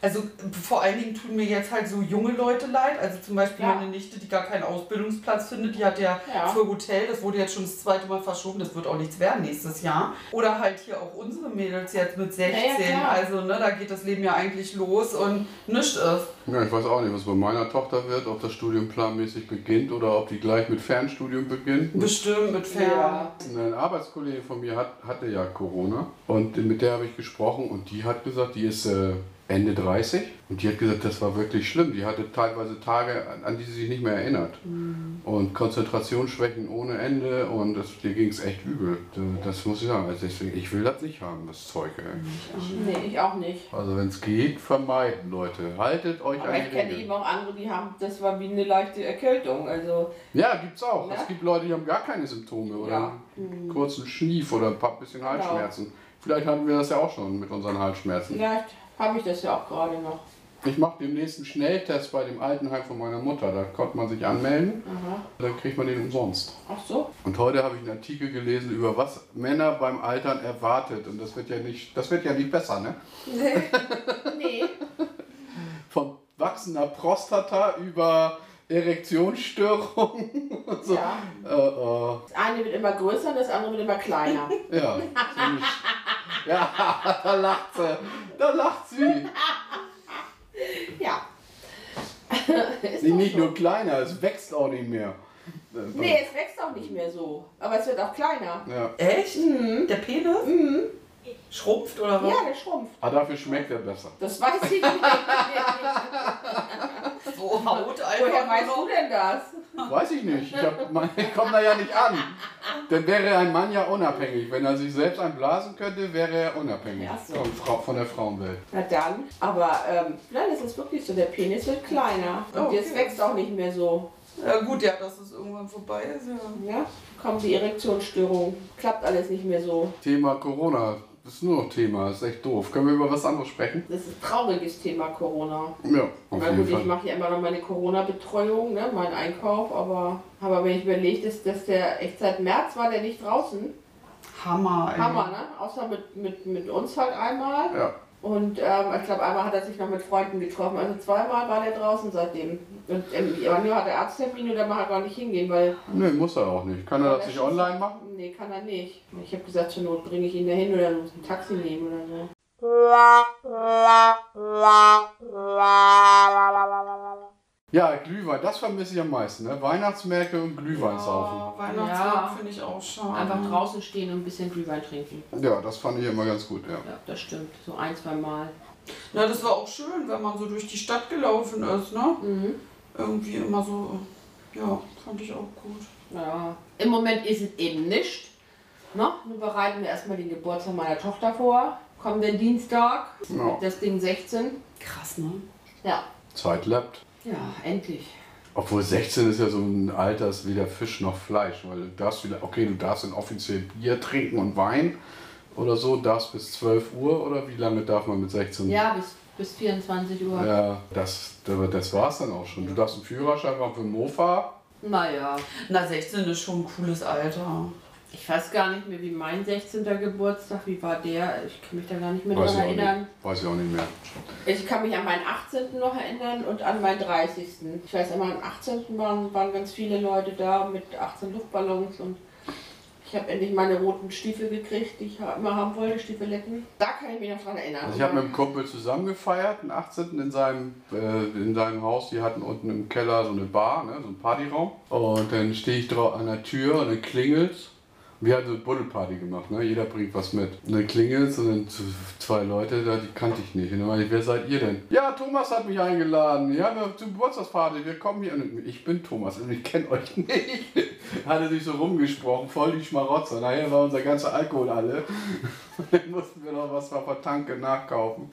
Speaker 4: also vor allen Dingen tun mir jetzt halt so junge Leute leid. Also zum Beispiel
Speaker 1: Ja.
Speaker 4: meine Nichte, die gar keinen Ausbildungsplatz findet, die hat ja,
Speaker 1: Ja.
Speaker 4: für Hotel, das wurde jetzt schon das zweite Mal verschoben, das wird auch nichts werden nächstes Jahr. Oder halt hier auch unsere Mädels jetzt mit 16.
Speaker 1: Ja, ja, klar.
Speaker 4: also ne, da geht das Leben ja eigentlich los und nichts ist.
Speaker 3: Ja, ich weiß auch nicht, was bei meiner Tochter wird, ob das Studium planmäßig beginnt oder ob die gleich mit Fernstudium beginnt.
Speaker 4: Bestimmt mit Fern.
Speaker 1: Ja.
Speaker 3: Ein Arbeitskollege von mir hat, hatte ja Corona und mit der habe ich gesprochen und die hat gesagt, die ist äh, Ende 30 und die hat gesagt, das war wirklich schlimm. Die hatte teilweise Tage, an- an die sie sich nicht mehr erinnert
Speaker 1: Mhm.
Speaker 3: und Konzentrationsschwächen ohne Ende und das, dir ging es echt übel. Das muss ich sagen. Also deswegen, ich will das nicht haben, das Zeug.
Speaker 1: Mhm.
Speaker 3: Ey.
Speaker 1: Nee, ich auch nicht.
Speaker 3: Also wenn es geht, vermeiden, Leute. Haltet euch
Speaker 1: Aber
Speaker 3: an
Speaker 1: ich
Speaker 3: die
Speaker 1: kenne
Speaker 3: Regeln.
Speaker 1: eben auch andere, die haben, das war wie eine leichte Erkältung. Also,
Speaker 3: Ja, gibt's auch.
Speaker 1: Ne?
Speaker 3: Es gibt Leute, die haben gar keine Symptome oder
Speaker 1: Ja.
Speaker 3: einen kurzen Schnief oder ein paar bisschen Halsschmerzen. Vielleicht hatten wir das ja auch schon mit unseren Halsschmerzen.
Speaker 1: vielleicht habe ich das ja auch gerade noch.
Speaker 3: Ich mache demnächst einen Schnelltest bei dem Altenheim von meiner Mutter. Da konnte man sich anmelden,
Speaker 1: Aha.
Speaker 3: dann kriegt man den umsonst.
Speaker 1: Ach so.
Speaker 3: Und heute habe ich einen Artikel gelesen über was Männer beim Altern erwartet. Und das wird ja nicht, das wird ja nicht besser, ne?
Speaker 1: Nee. nee.
Speaker 3: Von wachsender Prostata über Erektionsstörungen und so.
Speaker 1: Ja.
Speaker 3: Äh, äh.
Speaker 1: Das eine wird immer größer und das andere wird immer kleiner.
Speaker 3: Ja. so eine Sch- ja, da lacht sie. Da lacht sie.
Speaker 1: Ja. Ist
Speaker 3: Sie
Speaker 1: doch
Speaker 3: nicht
Speaker 1: so.
Speaker 3: nur kleiner, es wächst auch nicht mehr. Äh,
Speaker 1: Nee, es wächst auch nicht mehr so. Aber es wird auch kleiner.
Speaker 3: Ja.
Speaker 4: Echt?
Speaker 1: Mhm.
Speaker 4: Der Penis? Schrumpft oder was?
Speaker 1: Ja, der schrumpft.
Speaker 3: Aber Ah, dafür schmeckt er besser.
Speaker 1: Das weiß ich nicht.
Speaker 4: So Haut
Speaker 1: Woher
Speaker 4: einfach
Speaker 1: weißt
Speaker 4: nur.
Speaker 1: du denn das?
Speaker 3: Weiß ich nicht. Ich, hab, man, ich komm da ja nicht an. Dann wäre ein Mann ja unabhängig. Wenn er sich selbst einblasen könnte, wäre er unabhängig
Speaker 1: Ach so.
Speaker 3: von, Frau, von der Frauenwelt.
Speaker 1: Na dann. Aber ähm, nein, das ist wirklich so. Der Penis wird kleiner. Und
Speaker 4: Okay.
Speaker 1: jetzt wächst auch nicht mehr so.
Speaker 4: Ja gut, ja, dass es irgendwann vorbei ist, ja.
Speaker 1: Ja? Kommt die Erektionsstörung. Klappt alles nicht mehr so.
Speaker 3: Thema Corona. Das ist nur noch Thema. Das ist echt doof. Können wir über was anderes sprechen?
Speaker 1: Das ist ein trauriges Thema Corona.
Speaker 3: Ja, auf
Speaker 1: Na gut, ich
Speaker 3: jeden Fall.
Speaker 1: mache ja immer noch meine Corona-Betreuung, ne, meinen Einkauf, aber, aber wenn ich überlege, dass, dass der echt seit März war der nicht draußen.
Speaker 3: Mhm.
Speaker 4: Hammer, ey.
Speaker 1: Hammer, ne? Außer mit, mit, mit uns halt einmal.
Speaker 3: Ja.
Speaker 1: Und ähm, ich glaube, einmal hat er sich noch mit Freunden getroffen. Also zweimal war der draußen seitdem. Und im Januar hat er Arzttermin und da mag er gar nicht hingehen, weil
Speaker 3: Nee, muss er auch nicht. Kann
Speaker 1: Kann
Speaker 3: er das
Speaker 1: er
Speaker 3: nicht
Speaker 1: schon
Speaker 3: online machen?
Speaker 1: nee, kann er nicht. Ich habe gesagt, zur Not bringe ich ihn dahin oder muss ein Taxi nehmen oder so.
Speaker 3: Ja, Glühwein, das vermisse ich am meisten. Ne? Weihnachtsmärkte und Glühwein saufen.
Speaker 4: Ja, Weihnachtsmarkt
Speaker 1: Ja.
Speaker 4: finde ich auch schade.
Speaker 1: Einfach draußen stehen und ein bisschen Glühwein trinken.
Speaker 3: Ja, das fand ich immer ganz gut, ja.
Speaker 1: Ja, das stimmt. So ein, zwei Mal.
Speaker 4: Na, das war auch schön, wenn man so durch die Stadt gelaufen ist, ne?
Speaker 1: Mhm.
Speaker 4: Irgendwie immer so, ja, fand ich auch gut.
Speaker 1: Ja. Im Moment ist es eben nicht. Ne? Nun bereiten wir erstmal den Geburtstag meiner Tochter vor. Kommenden Dienstag.
Speaker 3: Ja.
Speaker 1: Das Ding 16.
Speaker 4: Krass, ne?
Speaker 1: Ja.
Speaker 3: Zeit lappt.
Speaker 1: Ja, endlich.
Speaker 3: Obwohl 16 ist ja so ein Alter, ist weder Fisch noch Fleisch, weil du darfst wieder, okay, du darfst dann offiziell Bier trinken und Wein oder so, darfst bis 12 Uhr oder wie lange darf man mit 16?
Speaker 1: Ja, bis, bis 24 Uhr.
Speaker 3: Hm. Ja, das, aber das war's dann auch schon. Du darfst einen Führerschein machen für einen Mofa.
Speaker 1: Naja,
Speaker 4: Na, 16 ist schon ein cooles Alter.
Speaker 1: ich weiß gar nicht mehr, wie mein 16. Geburtstag, wie war der? Ich kann mich da gar nicht mehr
Speaker 3: Weiß
Speaker 1: dran
Speaker 3: ich, auch
Speaker 1: erinnern.
Speaker 3: nicht, weiß ich auch nicht mehr.
Speaker 1: Ich kann mich an meinen 18. noch erinnern und an meinen 30. Ich weiß, an meinem 18. waren, waren ganz viele Leute da mit 18 Luftballons und ich habe endlich meine roten Stiefel gekriegt, die ich ha- immer haben wollte, Stiefeletten. Da kann ich mich noch dran erinnern.
Speaker 3: Also ich habe mit einem Kumpel zusammen gefeiert, einen 18. in seinem, äh, in seinem Haus. Die hatten unten im Keller so eine Bar, ne, so einen Partyraum. Und dann stehe ich drau- an der Tür und dann klingelt's. Und Wir hatten so eine Buddelparty gemacht, ne? jeder bringt was mit. Und dann klingelt's und dann z- zwei Leute, da, die kannte ich nicht. Und dann meinte ich, wer seid ihr denn? Ja, Thomas hat mich eingeladen. Ja, wir zur Geburtstagsparty, wir kommen hier. Und ich bin Thomas und ich kenne euch nicht. Hat er sich so rumgesprochen, voll die Schmarotzer. Nachher war unser ganzer Alkohol alle. Dann mussten wir noch was von der Tanke nachkaufen.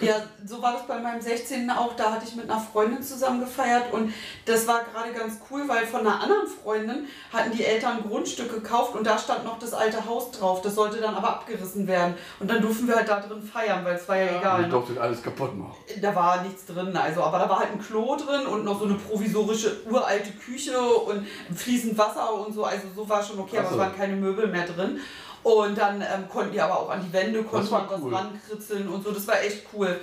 Speaker 4: Ja, so war das bei meinem 16. auch. Da hatte ich mit einer Freundin zusammen gefeiert und das war gerade ganz cool, weil von einer anderen Freundin hatten die Eltern ein Grundstück gekauft und da stand noch das alte Haus drauf. Das sollte dann aber abgerissen werden. Und dann durften wir halt da drin feiern, weil es war ja,
Speaker 1: Ja.
Speaker 4: egal.
Speaker 3: Ich
Speaker 4: ne?
Speaker 3: durfte alles kaputt machen.
Speaker 4: Da war nichts drin, also, aber da war halt ein Klo drin und noch so eine provisorische uralte Küche und fließend Wasser und so, also so war schon okay,
Speaker 3: Ach
Speaker 4: aber
Speaker 3: so.
Speaker 4: es waren keine Möbel mehr drin. Und dann ähm, konnten die aber auch an die Wände, konnten
Speaker 3: war
Speaker 4: das was
Speaker 3: cool.
Speaker 4: rankritzeln und so. Das war echt cool.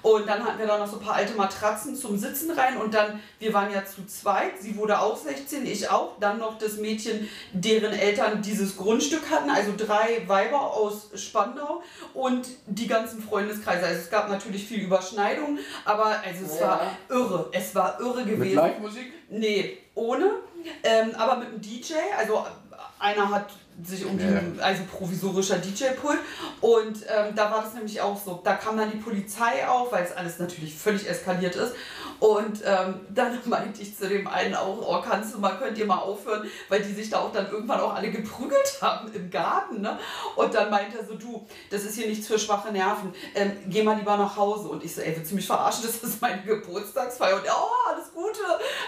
Speaker 4: Und dann hatten wir da noch so ein paar alte Matratzen zum Sitzen rein und dann, wir waren ja zu zweit, sie wurde auch 16, ich auch, dann noch das Mädchen, deren Eltern dieses Grundstück hatten, also drei Weiber aus Spandau und die ganzen Freundeskreise. Also es gab natürlich viel Überschneidung, aber also es
Speaker 1: Ja.
Speaker 4: war irre, es war irre
Speaker 3: Mit
Speaker 4: gewesen.
Speaker 3: Live-Musik?
Speaker 4: Nee, ohne, ähm, aber mit einem DJ, also einer hat sich um den, also provisorischer DJ-Pult und ähm, da war das nämlich auch so, da kam dann die Polizei auch, weil es alles natürlich völlig eskaliert ist und ähm, dann meinte ich zu dem einen auch, oh kannst du mal, könnt ihr mal aufhören, weil die sich da auch dann irgendwann auch alle geprügelt haben im Garten ne? und dann meinte er so, du, das ist hier nichts für schwache Nerven, ähm, geh mal lieber nach Hause und ich so, ey, willst du mich verarschen, das ist meine Geburtstagsfeier und oh, alles Gute,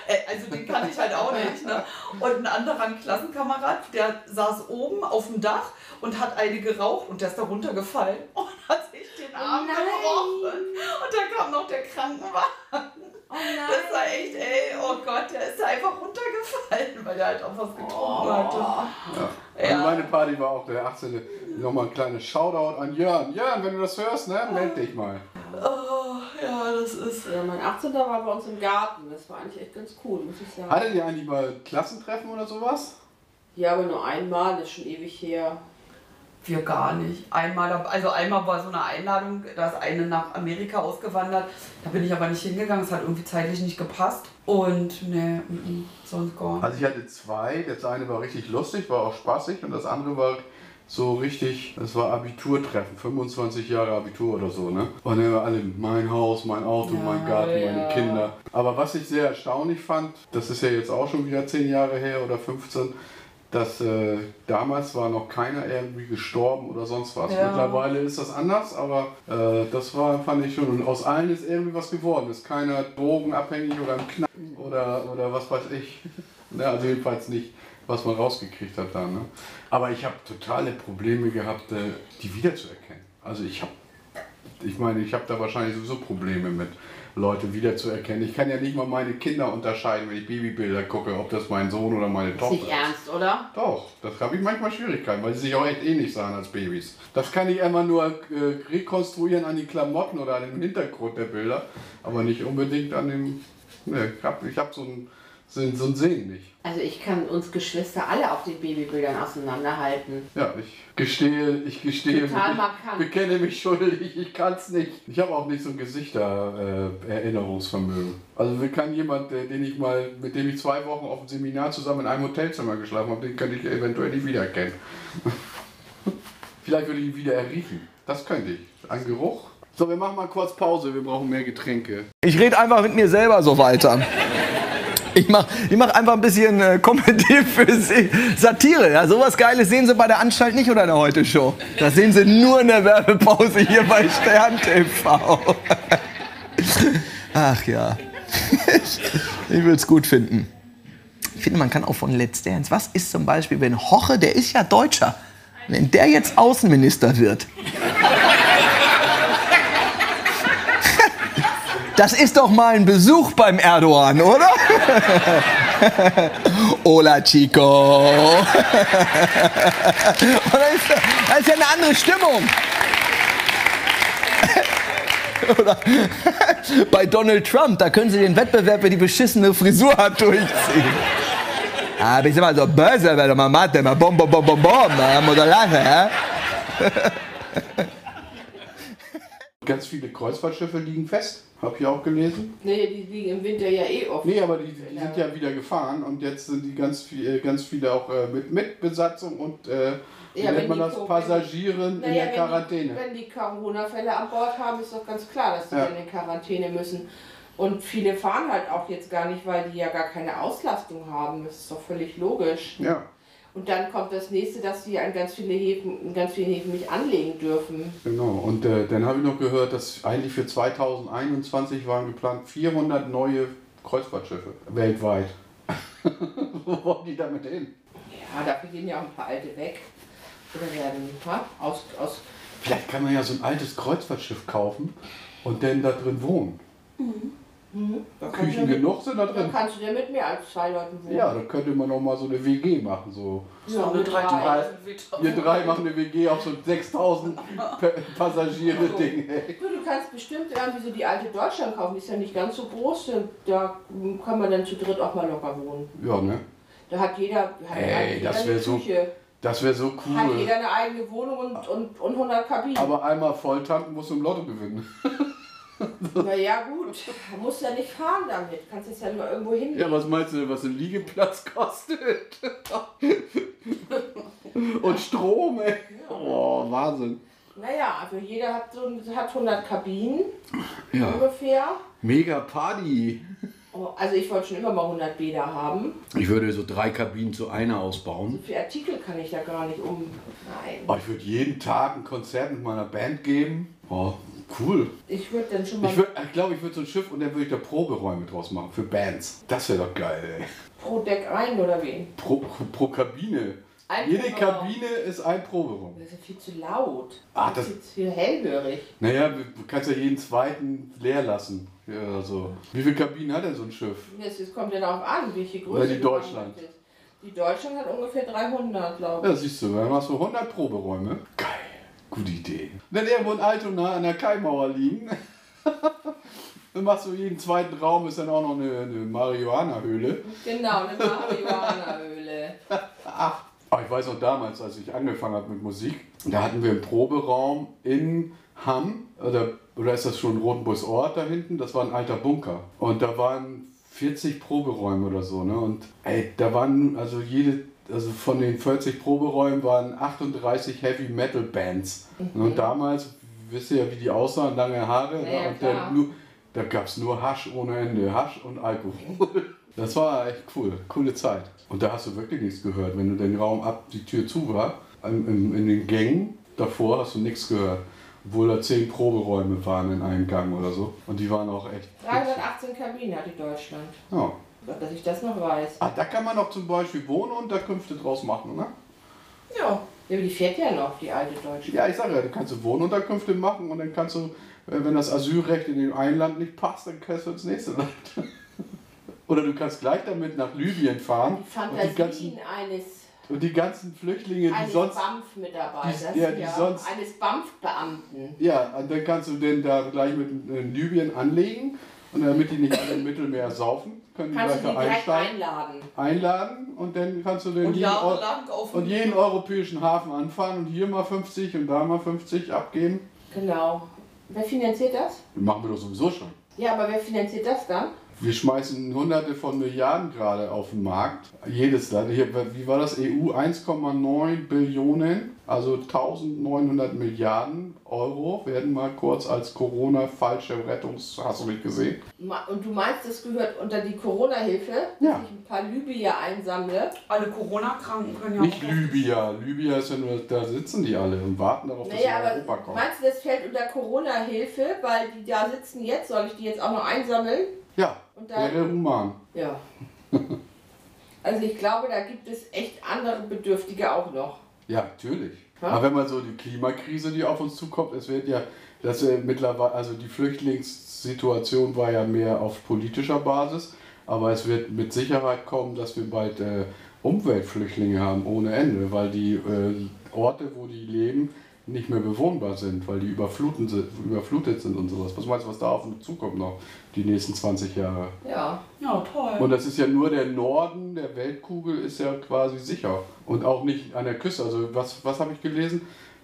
Speaker 4: Ey, also den kannte ich halt auch nicht. Ne? Und ein anderer ein Klassenkamerad, der saß oben auf dem Dach und hat eine geraucht und der ist da runtergefallen und hat sich den Arm
Speaker 1: nein.
Speaker 4: gebrochen. Und dann kam noch der Krankenwagen.
Speaker 1: Oh nein.
Speaker 4: Das war echt, ey, oh Gott, der ist einfach runtergefallen, weil der halt auch was
Speaker 1: Oh
Speaker 4: getrunken hatte.
Speaker 3: Ja.
Speaker 4: Ja.
Speaker 3: Und Also meine Party war auch der 18. Nochmal ein kleines Shoutout an Jörn. Jörn, wenn du das hörst, ne, meld dich mal.
Speaker 4: Oh, ja, das ist.
Speaker 1: Ja, mein 18. war bei uns im Garten. Das war eigentlich echt ganz cool, muss ich sagen.
Speaker 3: Hattet ihr eigentlich mal Klassentreffen oder sowas?
Speaker 1: Ja, aber nur einmal, das ist schon ewig her.
Speaker 4: Wir gar nicht. Einmal, also einmal war so eine Einladung, da ist eine nach Amerika ausgewandert. Da bin ich aber nicht hingegangen, es hat irgendwie zeitlich nicht gepasst. Und ne, mm, mm, sonst gar nicht.
Speaker 3: Also ich hatte zwei. Das eine war richtig lustig, war auch spaßig und das andere war so richtig, es war Abiturtreffen, 25 Jahre Abitur oder so, ne? Und dann waren alle mein Haus, mein Auto,
Speaker 4: Ja,
Speaker 3: mein Garten, meine
Speaker 1: ja.
Speaker 3: Kinder. Aber was ich sehr erstaunlich fand, das ist ja jetzt auch schon wieder 10 Jahre her oder 15, dass äh, damals war noch keiner irgendwie gestorben oder sonst was.
Speaker 4: Ja.
Speaker 3: Mittlerweile ist das anders, aber äh, das war, fand ich schon. Und aus allen ist irgendwie was geworden. Ist keiner drogenabhängig oder im Knacken oder, oder was weiß ich. Ne, also jedenfalls nicht, was man rausgekriegt hat da. Ne? Aber ich habe totale Probleme gehabt, äh, die wiederzuerkennen. Also ich habe, ich meine, ich habe da wahrscheinlich sowieso Probleme mit, Leute wiederzuerkennen. Ich kann ja nicht mal meine Kinder unterscheiden, wenn ich Babybilder gucke, ob das mein Sohn oder meine
Speaker 1: Ist
Speaker 3: Tochter
Speaker 1: nicht ernst, oder?
Speaker 3: doch, das habe ich manchmal Schwierigkeiten, weil sie sich auch echt ähnlich sahen als Babys. Das kann ich immer nur äh, rekonstruieren an die Klamotten oder an dem Hintergrund der Bilder, aber nicht unbedingt an dem. Ne, ich habe ich hab so ein, so ein so ein Sehen nicht.
Speaker 1: Also ich kann uns Geschwister alle auf den Babybildern auseinanderhalten.
Speaker 3: Ja, ich gestehe, ich gestehe,
Speaker 1: Total
Speaker 3: ich
Speaker 1: markant.
Speaker 3: bekenne mich schuldig, ich kann es nicht. Ich habe auch nicht so ein Gesichter-Erinnerungsvermögen. also wie kann jemand, der- den ich mal, mit dem ich zwei Wochen auf dem Seminar zusammen in einem Hotelzimmer geschlafen habe, den könnte ich eventuell nicht wiedererkennen. Vielleicht würde ich ihn wieder erriechen. Das könnte ich. Ein Geruch. So, wir machen mal kurz Pause, wir brauchen mehr Getränke.
Speaker 2: Ich rede einfach mit mir selber so weiter. Ich mach, ich mach einfach ein bisschen äh, Comedy für Sie. Satire. Ja, sowas Geiles sehen Sie bei der Anstalt nicht oder in der Heute-Show. Das sehen Sie nur in der Werbepause hier bei Stern TV. Ach ja. Ich würde es gut finden. Ich finde, man kann auch von Let's Dance. Was ist zum Beispiel, wenn Hoche, der ist ja Deutscher, wenn der jetzt Außenminister wird? Das ist doch mal ein Besuch beim Erdogan, oder? Hola, Chico. Und das, ist, das ist ja eine andere Stimmung. Oder bei Donald Trump, da können Sie den Wettbewerb, wer die beschissene Frisur hat, durchziehen. Aber ich sag mal so, böse, wenn man macht, immer bom, bom, bom, bom, bom, da muss er lachen, ja?
Speaker 3: Ganz viele Kreuzfahrtschiffe liegen fest, habe ich auch gelesen.
Speaker 1: Nee, die liegen im Winter ja eh offen.
Speaker 3: Nee, aber die, die sind ja wieder gefahren und jetzt sind die ganz, viel, äh, ganz viele auch äh, mit, mit Besatzung und äh, wie
Speaker 1: Ja,
Speaker 3: nennt
Speaker 1: wenn
Speaker 3: man
Speaker 1: die
Speaker 3: das?
Speaker 1: Covid-
Speaker 3: Passagieren in
Speaker 1: Naja,
Speaker 3: der Quarantäne.
Speaker 1: Wenn die, wenn die Corona-Fälle an Bord haben, ist doch ganz klar, dass die
Speaker 3: Ja.
Speaker 1: dann in Quarantäne müssen. Und viele fahren halt auch jetzt gar nicht, weil die ja gar keine Auslastung haben. Das ist doch völlig logisch.
Speaker 3: ja,
Speaker 1: Und dann kommt das nächste, dass sie an ganz viele Häfen, in ganz vielen Häfen nicht anlegen dürfen.
Speaker 3: genau. Und äh, dann habe ich noch gehört, dass eigentlich für 2021 waren geplant 400 neue Kreuzfahrtschiffe weltweit. Wo wollen die damit hin?
Speaker 1: Ja, dafür gehen ja auch ein paar alte weg. Oder werden ein paar aus, aus
Speaker 3: Vielleicht kann man ja so ein altes Kreuzfahrtschiff kaufen und dann da drin wohnen.
Speaker 1: Da kannst du
Speaker 3: Küchen
Speaker 1: ja mit-
Speaker 3: genug sind da
Speaker 1: Da
Speaker 3: drin.
Speaker 1: kannst du ja mit mehr als zwei Leuten wohnen.
Speaker 3: Ja, da könnte man noch mal so eine WG machen. So.
Speaker 1: Ja,
Speaker 4: So eine
Speaker 1: mit drei.
Speaker 3: Also,
Speaker 4: 3000
Speaker 3: Wir drei machen eine WG auf so ein 6000 Pe- Passagiere-Ding. ey.
Speaker 1: Du, du kannst bestimmt irgendwie so die alte Deutschland kaufen, die ist ja nicht ganz so groß. und Da kann man dann zu dritt auch mal locker wohnen.
Speaker 3: Ja, ne?
Speaker 1: Da hat jeder, hat
Speaker 3: Ey,
Speaker 1: jeder
Speaker 3: das
Speaker 1: eine
Speaker 3: wär so
Speaker 1: Küche,
Speaker 3: Das wäre so
Speaker 1: hat
Speaker 3: cool.
Speaker 1: jeder eine eigene Wohnung und, und, und 100 Kabinen.
Speaker 3: Aber einmal volltanken musst du im Lotto gewinnen.
Speaker 1: naja gut, du musst ja nicht fahren damit, kannst es ja nur irgendwo hin.
Speaker 3: Ja, was meinst du, was ein Liegeplatz kostet? Und Strom, ey. Oh, Wahnsinn.
Speaker 1: Naja, also jeder hat, so, ein- hat 100 Kabinen
Speaker 3: Ja,
Speaker 1: ungefähr.
Speaker 3: mega Party.
Speaker 1: Oh, Also ich wollte schon immer mal 100 Bäder haben.
Speaker 3: Ich würde so drei Kabinen zu einer ausbauen.
Speaker 1: So viele Artikel kann ich ja gar nicht um. Nein.
Speaker 3: Oh, ich würde jeden Tag ein Konzert mit meiner Band geben. Oh, cool.
Speaker 1: Ich würde dann schon mal
Speaker 3: Ich glaube, ich, glaub, ich würde so ein Schiff und dann würde ich da Proberäume draus machen für Bands. Das wäre doch geil, ey.
Speaker 1: pro Deck ein oder wen?
Speaker 3: Pro, pro Kabine.
Speaker 1: Ein
Speaker 3: Jede
Speaker 1: Proberaum.
Speaker 3: Kabine ist ein Proberaum.
Speaker 1: Das ist ja viel zu laut.
Speaker 3: Ach,
Speaker 1: das ist viel zu hellhörig.
Speaker 3: Naja, du du kannst ja jeden zweiten leer lassen. Ja, also. Wie viele Kabinen hat denn so ein Schiff?
Speaker 1: Es es kommt ja darauf an, welche Größe.
Speaker 3: Oder die
Speaker 1: du
Speaker 3: Deutschland.
Speaker 1: haben möchtest. Die Deutschland hat ungefähr 300, glaube ich.
Speaker 3: Ja, siehst du, dann machst du 100 Proberäume. Geil. Gute Idee. Und Dann irgendwo in Altona an der Kaimauer liegen. dann machst du jeden zweiten Raum, ist dann auch noch eine, eine Marihuana-Höhle.
Speaker 1: Genau, eine Marihuana-Öle.
Speaker 3: Aber Ah, ich weiß noch damals, als ich angefangen habe mit Musik, da hatten wir einen Proberaum in Hamm, oder, oder ist das schon Rotenburgs Ort da hinten? Das war ein alter Bunker. Und da waren 40 Proberäume oder so, ne? Und ey, da waren nun also jede, also von den 40 Proberäumen waren 38 Heavy Metal Bands. Und damals, wisst ihr ja, wie die aussahen, lange Haare. ne?
Speaker 1: Mhm. Ja, ja,
Speaker 3: und dann
Speaker 1: klar.
Speaker 3: nur, da gab es nur Hasch ohne Ende, Hasch und Alkohol. Das war echt cool, coole Zeit. Und da hast du wirklich nichts gehört, wenn du den Raum ab, die Tür zu war, im, im, in den Gängen davor hast du nichts gehört. Obwohl da zehn Proberäume waren in einem Gang oder so. Und die waren auch echt.
Speaker 1: 318 Kabinen hat die Deutschland.
Speaker 3: Ja.
Speaker 1: Gott, dass ich das noch weiß.
Speaker 3: Ah, da kann man auch zum Beispiel Wohn- und Unterkünfte draus machen, ne?
Speaker 4: Ja.
Speaker 1: Ja, aber die fährt ja noch, die alte Deutschland.
Speaker 3: Ja, ich sage ja, du kannst so Wohnunterkünfte machen und dann kannst du, äh, wenn das Asylrecht in dem einen Land nicht passt, dann kannst du ins nächste Land. Oder du kannst gleich damit nach Libyen fahren
Speaker 1: Die
Speaker 3: und die ganzen,
Speaker 1: Fantasien eines,
Speaker 3: und die ganzen Flüchtlinge, die
Speaker 1: eines
Speaker 3: sonst.
Speaker 1: BAMF-Mitarbeiters.
Speaker 3: die- ja, die sonst-
Speaker 1: Eines BAMF-Beamten.
Speaker 3: Ja, und dann kannst du den da gleich mit äh, Libyen anlegen und damit die nicht alle im Mittelmeer saufen, können die
Speaker 1: Kannst du
Speaker 3: gleich
Speaker 1: die
Speaker 3: da
Speaker 1: direkt
Speaker 3: einsteigen,
Speaker 1: einladen.
Speaker 3: einladen und dann kannst du den
Speaker 4: Und
Speaker 3: jeden Ort-
Speaker 4: jahrelang auf
Speaker 3: und jeden europäischen Hafen anfahren und hier mal 50 und da mal 50 abgeben.
Speaker 1: Genau. Wer finanziert das?
Speaker 3: Machen wir doch sowieso schon.
Speaker 1: Ja, aber wer finanziert das dann?
Speaker 3: Wir schmeißen hunderte von Milliarden gerade auf den Markt. Jedes Land. Hier, wie war das? E EU 1,9 Billionen, also 1900 Milliarden Euro, werden mal kurz als Corona-Fallschirmrettungs... Hast du nicht gesehen?
Speaker 1: Ma- Und du meinst, das gehört unter die Corona-Hilfe, dass
Speaker 3: Ja.
Speaker 1: ich ein paar Libyer einsammle?
Speaker 4: Alle Corona-Kranken können ja
Speaker 3: Nicht
Speaker 4: auch-
Speaker 3: Libya. Libya ist ja nur, da sitzen die alle und warten darauf, dass
Speaker 1: Naja,
Speaker 3: sie nach Europa
Speaker 1: aber
Speaker 3: kommen.
Speaker 1: meinst du, das fällt unter Corona-Hilfe, weil die da sitzen jetzt? Soll ich die jetzt auch noch einsammeln?
Speaker 3: Ja,
Speaker 1: Und dann-
Speaker 3: wäre human.
Speaker 1: Ja. also ich glaube, da gibt es echt andere Bedürftige auch noch.
Speaker 3: Ja, natürlich.
Speaker 1: Ja.
Speaker 3: Aber wenn man so die Klimakrise, die auf uns zukommt, es wird ja, dass wir mittlerweile, also die Flüchtlingssituation war ja mehr auf politischer Basis, aber es wird mit Sicherheit kommen, dass wir bald äh, Umweltflüchtlinge haben ohne Ende, weil die äh, Orte, wo die leben, nicht mehr bewohnbar sind, weil die überfluten, si- überflutet sind und sowas. Was meinst du, was da auf uns zukommt noch die nächsten 20 Jahre?
Speaker 1: Ja.
Speaker 4: Ja, toll.
Speaker 3: Und das ist ja nur der Norden der Weltkugel ist ja quasi sicher. Und auch nicht an der Küste. Also was, was habe ich gelesen?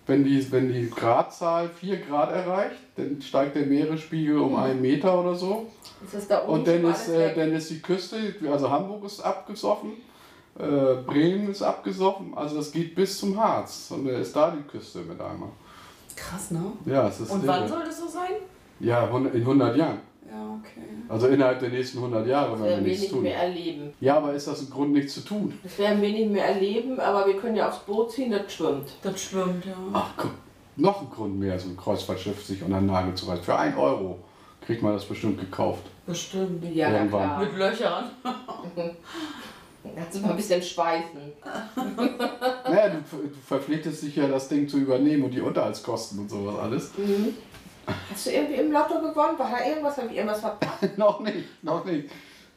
Speaker 3: Wenn die, wenn die Gradzahl 4 Grad erreicht, dann steigt der Meeresspiegel um einen Meter oder so.
Speaker 1: Ist das da oben
Speaker 3: Und dann
Speaker 1: schon
Speaker 3: ist,
Speaker 1: Oh, alles
Speaker 3: äh,
Speaker 1: weg?
Speaker 3: dann ist die Küste, also Hamburg ist abgesoffen, äh, Bremen ist abgesoffen. Also das geht bis zum Harz. Und dann ist da die Küste mit einmal.
Speaker 4: Krass, ne?
Speaker 3: Ja, es ist
Speaker 4: Und
Speaker 3: irre.
Speaker 4: wann soll das so sein?
Speaker 3: Ja, hun- in 100 Jahren.
Speaker 4: Ja, okay.
Speaker 3: Also innerhalb der nächsten 100 Jahre,
Speaker 1: Das
Speaker 3: wenn wir
Speaker 1: werden wir
Speaker 3: nichts
Speaker 1: nicht
Speaker 3: tun.
Speaker 1: mehr erleben.
Speaker 3: Ja, aber ist das ein Grund, nichts zu tun?
Speaker 1: Das werden wir nicht mehr erleben, aber wir können ja aufs Boot ziehen, das schwimmt.
Speaker 4: Das schwimmt, ja.
Speaker 3: Ach, guck, noch ein Grund mehr, so ein Kreuzfahrtschiff sich unter den Nagel zu reißen. Für 1 Euro kriegt man das bestimmt gekauft.
Speaker 4: Bestimmt.
Speaker 1: Ja, na
Speaker 3: Irgendwann.
Speaker 1: klar.
Speaker 4: Mit Löchern.
Speaker 1: Kannst du mal ein bisschen schweißen.
Speaker 3: Naja, du, du verpflichtest dich ja, das Ding zu übernehmen und die Unterhaltskosten und sowas alles.
Speaker 1: Hast du irgendwie im Lotto gewonnen? War da irgendwas? Habe ich irgendwas verpasst?
Speaker 3: noch nicht, noch nicht.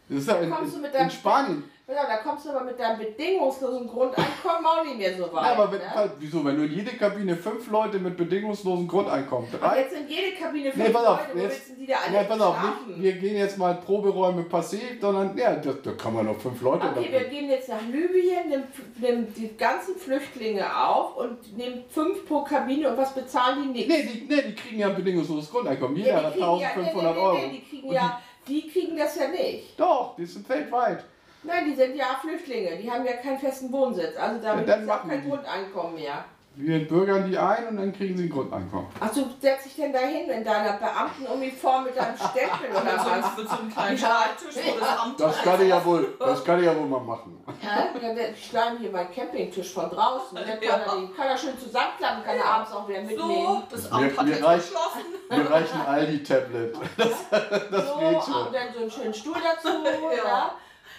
Speaker 3: Das ist ja in,
Speaker 1: Kommst du mit
Speaker 3: in,
Speaker 1: deinem-
Speaker 3: in Spanien.
Speaker 1: Ja, da kommst du aber mit deinem bedingungslosen Grundeinkommen auch nicht mehr so weit.
Speaker 3: Ja, aber wenn, halt,
Speaker 1: ne?
Speaker 3: wieso, wenn du in jede Kabine fünf Leute mit bedingungslosem Grundeinkommen,
Speaker 1: Und
Speaker 3: drei,
Speaker 1: jetzt sind jede Kabine fünf
Speaker 3: Nee, pass auf,
Speaker 1: Leute, wo
Speaker 3: jetzt-
Speaker 1: willst du die da alle
Speaker 3: Ja, pass auf,
Speaker 1: schlafen?
Speaker 3: nicht, wir gehen jetzt mal Proberäume passiv, sondern ja, da, da kann man noch fünf Leute
Speaker 1: Okay, wir
Speaker 3: unterbringen.
Speaker 1: gehen jetzt nach Libyen, nehmen, nehmen die ganzen Flüchtlinge auf und nehmen fünf pro Kabine und was bezahlen die nicht?
Speaker 3: Nee die, nee, die kriegen ja ein bedingungsloses Grundeinkommen. Jeder hat
Speaker 1: kriegen ja-
Speaker 3: 1500
Speaker 1: nee,
Speaker 3: Euro.
Speaker 1: nee, nee, die kriegen ja, die kriegen das ja nicht.
Speaker 3: Doch, die sind weltweit.
Speaker 1: Nein, die sind ja Flüchtlinge, die haben ja keinen festen Wohnsitz. Also damit
Speaker 3: Ja,
Speaker 1: ja,
Speaker 3: dann
Speaker 1: ist auch
Speaker 3: machen
Speaker 1: kein
Speaker 3: die.
Speaker 1: Grundeinkommen mehr.
Speaker 3: Wir bürgern die ein und dann kriegen sie ein Grundeinkommen.
Speaker 1: Ach, du setzt dich denn da hin in deiner Beamtenuniform mit deinem Stempel oder was?
Speaker 4: Sonst wird so ein kleiner Schreibtisch, wo das Amt
Speaker 3: Das kann ich ja wohl, das kann ich ja wohl mal machen.
Speaker 1: Ja, wir schlagen hier meinen Campingtisch von draußen. Dann kann, er, den- kann er schön zusammenklappen, kann er abends auch wieder mitnehmen.
Speaker 4: so, das
Speaker 3: Mir-
Speaker 4: Amt hat
Speaker 3: mir
Speaker 4: jetzt
Speaker 3: reicht-
Speaker 4: geschlossen.
Speaker 3: Wir reichen Aldi-Tablet.
Speaker 1: So,
Speaker 3: geht schon.
Speaker 1: und dann so einen schönen Stuhl dazu. ne?
Speaker 4: Ja.
Speaker 1: ja.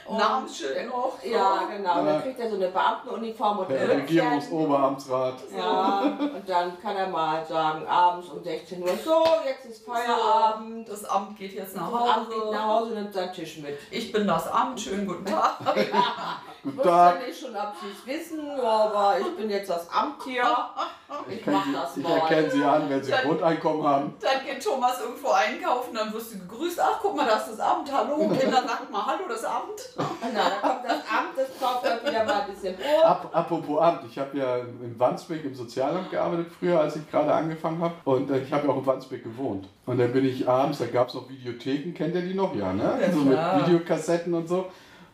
Speaker 1: Und-
Speaker 4: Namensschild noch.
Speaker 1: Ja, genau. Und
Speaker 3: Ja.
Speaker 1: dann kriegt er so eine Beamtenuniform und
Speaker 3: Der
Speaker 1: Rückseite.
Speaker 3: Regierungsoberamtsrat.
Speaker 1: Ja, und dann kann er mal sagen, abends um 16 Uhr, so, jetzt ist Feierabend.
Speaker 4: Feierabend, das Amt geht jetzt nach
Speaker 1: Und Abend geht nach
Speaker 4: Hause.
Speaker 1: Hause und nimmt seinen Tisch mit.
Speaker 4: Ich bin das Amt, schönen guten Tag.
Speaker 1: Ich
Speaker 3: Guten
Speaker 1: wusste
Speaker 3: Tag.
Speaker 1: nicht schon, ob sie es wissen, aber ich bin jetzt das Amt hier. Ich mach das
Speaker 3: Ich
Speaker 1: mal.
Speaker 3: erkenne sie an, wenn sie ein Grundeinkommen haben.
Speaker 4: Dann geht Thomas irgendwo einkaufen, dann wirst du gegrüßt. Ach, guck mal, da ist das Amt. Hallo,
Speaker 1: Genau.
Speaker 4: Kinder, sagt mal Hallo, das Amt.
Speaker 1: Na, dann kommt das Amt, das kauft dann wieder mal ein bisschen Brot.
Speaker 3: Ap apropos Amt, ich habe ja in Wandsbek im Sozialamt gearbeitet früher, als ich gerade angefangen habe. Und äh, ich habe ja auch in Wandsbek gewohnt. Und dann bin ich abends, da gab es noch Videotheken, kennt ihr die noch? Ja, ne?
Speaker 4: Ja,
Speaker 3: so mit
Speaker 4: klar.
Speaker 3: Videokassetten und so.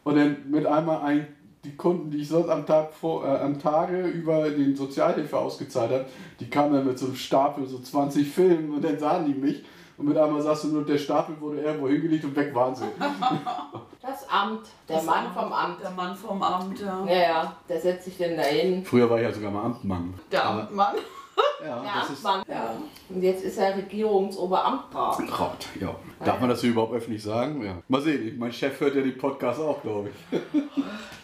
Speaker 3: Und dann mit einmal ein, die Kunden, die ich sonst am Tag vor, äh, am Tage über den Sozialhilfe ausgezahlt habe, die kamen dann mit so einem Stapel, so 20 Filmen und dann sahen die mich. Und mit einmal sagst du nur, der Stapel wurde irgendwo hingelegt und weg waren sie.
Speaker 1: Das Amt, der
Speaker 4: Das
Speaker 1: Mann
Speaker 4: Amt.
Speaker 1: vom Amt.
Speaker 4: Der Mann vom Amt, ja.
Speaker 1: Ja, ja, der setzt sich denn da hin.
Speaker 3: Früher war ich ja sogar mal Amtmann.
Speaker 4: Der
Speaker 3: Aber-
Speaker 4: Amtmann.
Speaker 3: Ja,
Speaker 1: Der
Speaker 3: das ist
Speaker 1: Amtmann. Ja. Und jetzt ist er Regierungsoberamtrat.
Speaker 3: Kraut, ja. Darf man das hier überhaupt öffentlich sagen? Ja. Mal sehen, mein Chef hört ja den Podcast auch, glaube ich.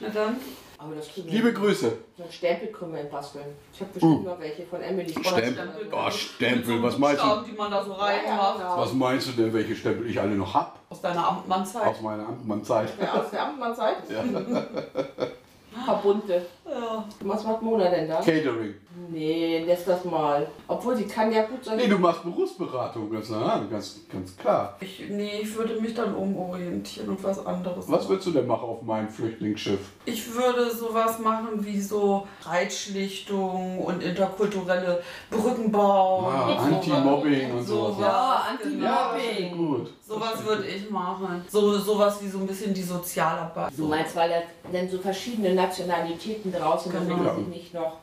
Speaker 4: Na dann.
Speaker 1: Aber das kriegen wir
Speaker 3: Liebe Grüße.
Speaker 1: So einen Stempel können wir ihm basteln. Ich habe bestimmt noch welche von Emily.
Speaker 3: Stempel. Oh,
Speaker 4: Mit
Speaker 3: Stempel,
Speaker 4: so
Speaker 3: was meinst du?
Speaker 4: Buchstaben, die man da so rein
Speaker 1: Ja,
Speaker 4: macht.
Speaker 1: genau.
Speaker 3: Was meinst du denn, welche Stempel ich alle noch hab
Speaker 4: Aus deiner Amtmannszeit.
Speaker 3: aus meiner Amtmannzeit?
Speaker 1: Ja, aus der Amtmannszeit? Ja. Verbunte.
Speaker 4: Ja.
Speaker 1: Was macht Mona denn da?
Speaker 3: Catering.
Speaker 1: Nee, lässt das mal. Obwohl, sie kann ja gut
Speaker 3: Nee,
Speaker 1: sein.
Speaker 3: du machst Berufsberatung, ganz, nah, ganz, ganz klar.
Speaker 4: Ich, nee, ich würde mich dann umorientieren und was anderes
Speaker 3: Was würdest du denn machen auf meinem Flüchtlingsschiff?
Speaker 4: Ich würde sowas machen wie so Reitschlichtung und interkulturelle Brückenbau.
Speaker 3: Ah,
Speaker 4: und sowas.
Speaker 3: Anti-Mobbing und sowas.
Speaker 1: Ja,
Speaker 4: genau.
Speaker 3: Ja, das klingt gut.
Speaker 4: Sowas würde ich machen. So, sowas wie so ein bisschen die Sozialarbeit.
Speaker 1: Du meinst, weil da denn so verschiedene Nationalitäten draußen sind,
Speaker 4: Genau.
Speaker 1: damit sie nicht noch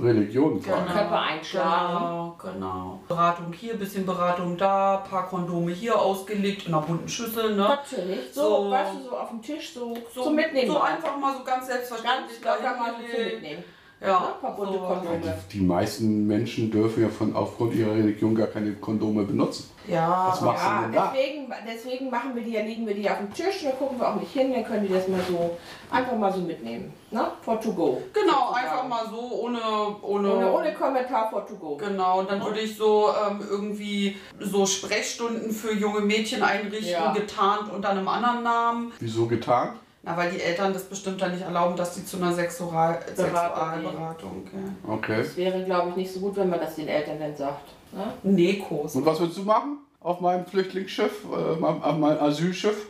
Speaker 3: Religion vor allem.
Speaker 1: Genau. Köpfe einschlagen.
Speaker 4: Genau, genau. Beratung hier, bisschen Beratung da, paar Kondome hier ausgelegt in einer bunten Schüssel, ne?
Speaker 1: Natürlich. So,
Speaker 4: So.
Speaker 1: weißt du, so auf dem Tisch, so, zum Mitnehmen. halt.
Speaker 4: So einfach mal so ganz selbstverständlich
Speaker 1: Ganz locker mal zum
Speaker 4: dahingelegt.
Speaker 1: Mitnehmen.
Speaker 4: Ja,
Speaker 1: Ne? Verbunte
Speaker 4: so.
Speaker 3: Die,
Speaker 1: Kondome.
Speaker 3: die meisten Menschen dürfen ja von aufgrund ihrer Religion gar keine Kondome benutzen.
Speaker 4: Ja,
Speaker 3: Was machst du
Speaker 1: Ja,
Speaker 3: denn da?
Speaker 1: deswegen, deswegen machen wir die ja, legen wir die auf den Tisch, dann gucken wir auch nicht hin, dann können die das mal so einfach mal so mitnehmen. Ne? For to go.
Speaker 4: genau,
Speaker 1: sozusagen.
Speaker 4: einfach mal so, ohne, ohne,
Speaker 1: Ohne, ohne Kommentar for to go.
Speaker 4: Genau, und dann würde ich so ähm, irgendwie so Sprechstunden für junge Mädchen einrichten,
Speaker 1: Ja.
Speaker 4: getarnt unter einem anderen Namen.
Speaker 3: Wieso getan?
Speaker 4: Na, weil die Eltern das bestimmt dann nicht erlauben, dass die zu einer Sexual Sexualberatung gehen.
Speaker 3: Okay.
Speaker 1: Das wäre, glaube ich, nicht so gut, wenn man das den Eltern dann sagt. Ne?
Speaker 4: Nekos.
Speaker 3: Und was würdest du machen? Auf meinem Flüchtlingsschiff, äh, auf auf meinem Asylschiff?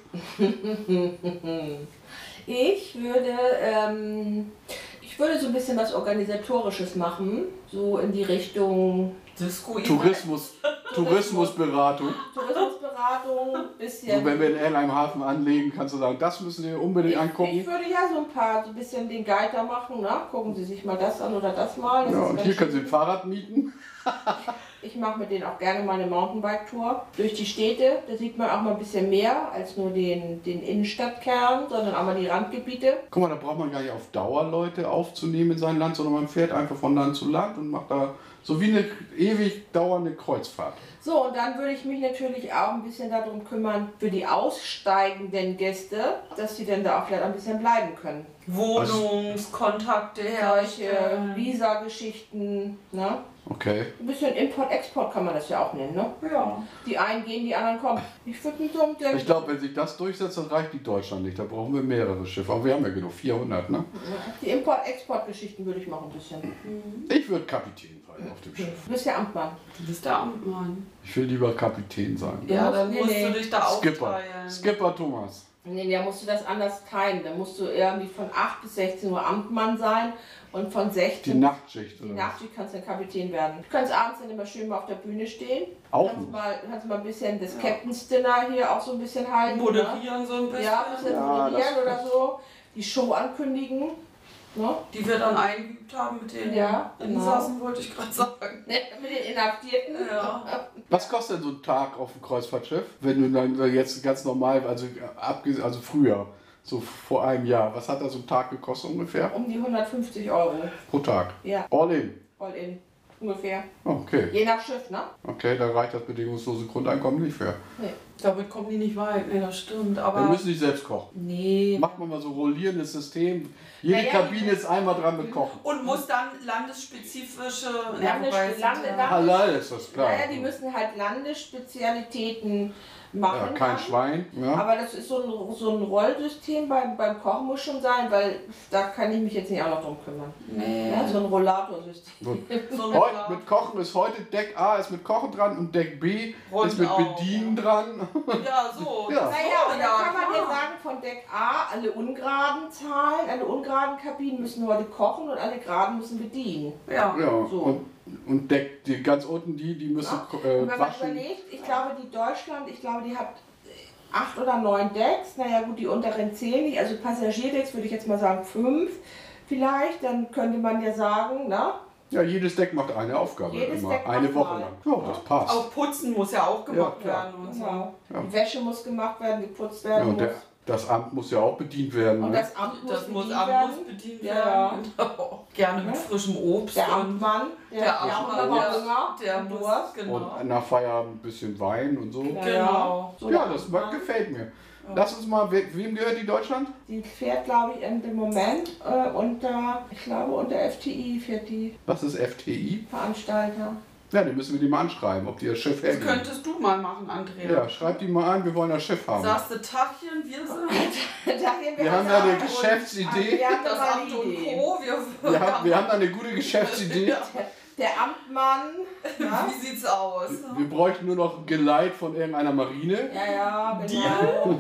Speaker 1: Ich würde, ähm, ich würde so ein bisschen was Organisatorisches machen, so in die Richtung
Speaker 4: Disco
Speaker 3: Tourismus, Tourismusberatung.
Speaker 1: Tourismusberatung, bisschen.
Speaker 3: So, wenn wir in Erlangen Hafen anlegen, kannst du sagen, das müssen wir unbedingt
Speaker 1: ich, ich
Speaker 3: angucken.
Speaker 1: würde ja so ein paar, so ein bisschen den Guide da machen, ne? gucken Sie sich mal das an oder das mal. Das
Speaker 3: Ja,
Speaker 1: ist
Speaker 3: und
Speaker 1: ganz
Speaker 3: hier können sie
Speaker 1: schön.
Speaker 3: ein Fahrrad mieten.
Speaker 1: Ich mache mit denen auch gerne mal eine Mountainbike-Tour durch die Städte. Da sieht man auch mal ein bisschen mehr als nur den, den Innenstadtkern, sondern auch mal die Randgebiete.
Speaker 3: Guck mal, da braucht man gar nicht auf Dauer Leute aufzunehmen in sein Land, sondern man fährt einfach von Land zu Land und macht da so wie eine ewig dauernde Kreuzfahrt.
Speaker 1: So, und dann würde ich mich natürlich auch ein bisschen darum kümmern, für die aussteigenden Gäste, dass sie dann da auch vielleicht ein bisschen bleiben können.
Speaker 4: Wohnungskontakte
Speaker 1: Solche
Speaker 4: Also, herstellen.
Speaker 1: Visa-Geschichten, ne?
Speaker 3: Okay.
Speaker 1: Ein bisschen Import-Export kann man das ja auch nennen, ne?
Speaker 4: Ja.
Speaker 1: Die einen gehen, die anderen kommen. Ich würde mich so mit der
Speaker 3: Ich glaube, wenn sich das durchsetzt, dann reicht die Deutschland nicht. Da brauchen wir mehrere Schiffe. Aber wir haben ja genug, 400, ne?
Speaker 1: Die Import-Export-Geschichten würde ich machen ein bisschen.
Speaker 3: Ich würde Kapitän sein auf dem Schiff.
Speaker 1: Du bist ja Amtmann.
Speaker 4: Du bist der Amtmann.
Speaker 3: Ich will lieber Kapitän sein.
Speaker 4: Ja, dann
Speaker 1: Nee,
Speaker 4: musst
Speaker 1: nee.
Speaker 4: du dich da
Speaker 3: Skipper.
Speaker 4: aufteilen.
Speaker 3: Skipper Thomas.
Speaker 1: Nee, da musst du das anders teilen. Da musst du irgendwie von 8 bis 16 Uhr Amtmann sein und von
Speaker 3: Die
Speaker 1: 16
Speaker 3: Nachtschicht.
Speaker 1: Die
Speaker 3: Oder was?
Speaker 1: Nachtschicht kannst du dann Kapitän werden. Du kannst abends dann immer schön mal auf der Bühne stehen.
Speaker 3: Auch
Speaker 1: kannst
Speaker 3: noch.
Speaker 1: mal, kannst mal ein bisschen das Captain's Dinner hier auch so ein bisschen halten. ne?
Speaker 4: Moderieren so ein bisschen.
Speaker 1: Ja, ein bisschen
Speaker 3: Ja,
Speaker 1: moderieren
Speaker 3: das-
Speaker 1: oder so. Die Show ankündigen. Ne?
Speaker 4: Die wir dann eingeübt haben mit den
Speaker 1: Ja, genau.
Speaker 4: Insassen, wollte ich gerade sagen.
Speaker 1: Ne? Mit den Inhaftierten. äh,
Speaker 4: Ja.
Speaker 3: Was kostet denn so ein Tag auf dem Kreuzfahrtschiff? Wenn du dann jetzt ganz normal, also, abgesehen, also früher, so vor einem Jahr, was hat da so ein Tag gekostet ungefähr?
Speaker 1: Um die 150 Euro.
Speaker 3: Pro Tag.
Speaker 1: Ja,
Speaker 3: All in. Oh,
Speaker 1: all in. Ungefähr.
Speaker 3: Okay.
Speaker 1: Je nach Schiff, ne?
Speaker 3: Okay, dann reicht das bedingungslose Grundeinkommen nicht für.
Speaker 4: Damit kommen die nicht weit. Nee, das stimmt.
Speaker 3: Dann
Speaker 4: Aber.
Speaker 3: müssen die selbst kochen.
Speaker 4: Nee.
Speaker 3: Macht man mal so rollierendes System. Jede
Speaker 1: Naja,
Speaker 3: Kabine ist einmal dran mit Kochen.
Speaker 4: Und muss dann landesspezifische.
Speaker 1: Landes-
Speaker 4: wobei es-
Speaker 1: Lande- Lande-
Speaker 3: Halal ist das klar.
Speaker 1: Naja, die müssen halt Landesspezialitäten
Speaker 3: ja,
Speaker 1: machen.
Speaker 3: kein
Speaker 1: dann.
Speaker 3: Schwein. Ja.
Speaker 1: Aber das ist so ein, so ein Rollsystem beim, beim Kochen muss schon sein, weil da kann ich mich jetzt nicht auch noch drum kümmern.
Speaker 4: Nee.
Speaker 1: Ja, so ein Rollatorsystem.
Speaker 3: So.
Speaker 4: So eine
Speaker 3: Heute mit Kochen ist heute Deck A ist mit Kochen dran und Deck B
Speaker 4: Runden
Speaker 3: ist mit
Speaker 4: auch,
Speaker 3: Bedienen dran.
Speaker 4: Ja, so. So,
Speaker 3: Ja.
Speaker 1: Naja, und dann kann man dir
Speaker 4: klar.
Speaker 1: sagen, von Deck A, alle ungeraden Zahlen, alle ungeraden Kabinen müssen heute kochen und alle geraden müssen bedienen.
Speaker 4: Ja.
Speaker 3: Ja,
Speaker 1: So.
Speaker 3: und, und Deck, die ganz unten die, die müssen
Speaker 1: Ja.
Speaker 3: äh,
Speaker 1: Und wenn man
Speaker 3: waschen.
Speaker 1: überlegt, ich glaube, die Deutschland, ich glaube, die hat acht oder neun Decks. Naja, gut, die unteren zehn nicht. Also Passagierdecks würde ich jetzt mal sagen fünf vielleicht. Dann könnte man ja sagen, ne?
Speaker 3: Ja, jedes Deck macht eine Aufgabe
Speaker 1: Jedes
Speaker 3: immer.
Speaker 1: Deck
Speaker 3: eine
Speaker 1: macht
Speaker 3: Woche
Speaker 1: mal.
Speaker 3: lang. Ja, das passt.
Speaker 4: Auch putzen muss ja auch gemacht
Speaker 3: Ja, klar.
Speaker 4: werden und so.
Speaker 1: Genau.
Speaker 3: Ja.
Speaker 1: Die Wäsche muss gemacht werden, geputzt
Speaker 3: ja,
Speaker 1: werden
Speaker 3: und der,
Speaker 1: muss.
Speaker 3: das Amt muss ja auch bedient werden.
Speaker 1: Und
Speaker 3: ne?
Speaker 1: das Amt muss,
Speaker 4: Das muss
Speaker 1: bedient
Speaker 4: ab,
Speaker 1: werden.
Speaker 4: muss bedient
Speaker 1: Ja.
Speaker 4: werden. Genau. Gerne mit
Speaker 1: Ja.
Speaker 4: frischem Obst.
Speaker 1: Der
Speaker 4: und
Speaker 1: Amtmann, der,
Speaker 4: der
Speaker 1: der
Speaker 4: Amtmann,
Speaker 1: auch
Speaker 4: der,
Speaker 1: Hunger,
Speaker 4: der
Speaker 1: und
Speaker 4: muss,
Speaker 1: Durst.
Speaker 4: genau.
Speaker 3: Und nach Feierabend ein bisschen Wein und so.
Speaker 1: Ja,
Speaker 4: Genau.
Speaker 1: So
Speaker 3: Ja,
Speaker 1: der
Speaker 3: das
Speaker 1: Amtmann.
Speaker 3: gefällt mir. Lass uns mal, we- wem gehört die Deutschland?
Speaker 1: Die fährt, glaube ich, in dem Moment äh, unter, ich glaube, unter FTI fährt die
Speaker 3: Was ist FTI?
Speaker 1: Veranstalter.
Speaker 3: Ja, dann müssen wir die mal anschreiben, ob die das Schiff
Speaker 4: Das
Speaker 3: hergeben.
Speaker 4: könntest du mal machen, Andrea.
Speaker 3: Ja, schreib die mal an, wir wollen das Schiff haben.
Speaker 4: Sagst du Tachchen, wir sind
Speaker 1: Daher
Speaker 3: Wir haben da eine Geschäftsidee.
Speaker 1: Wir haben
Speaker 4: das
Speaker 1: da
Speaker 4: Amt
Speaker 1: eine
Speaker 4: und
Speaker 1: Idee.
Speaker 4: Co. Wir,
Speaker 3: Wir haben, wir haben da eine gute Geschäftsidee.
Speaker 1: Der Amtmann. ne? Ja,
Speaker 4: Wie sieht's aus?
Speaker 3: Wir bräuchten nur noch ein Geleit von irgendeiner Marine.
Speaker 1: ja, ja genau.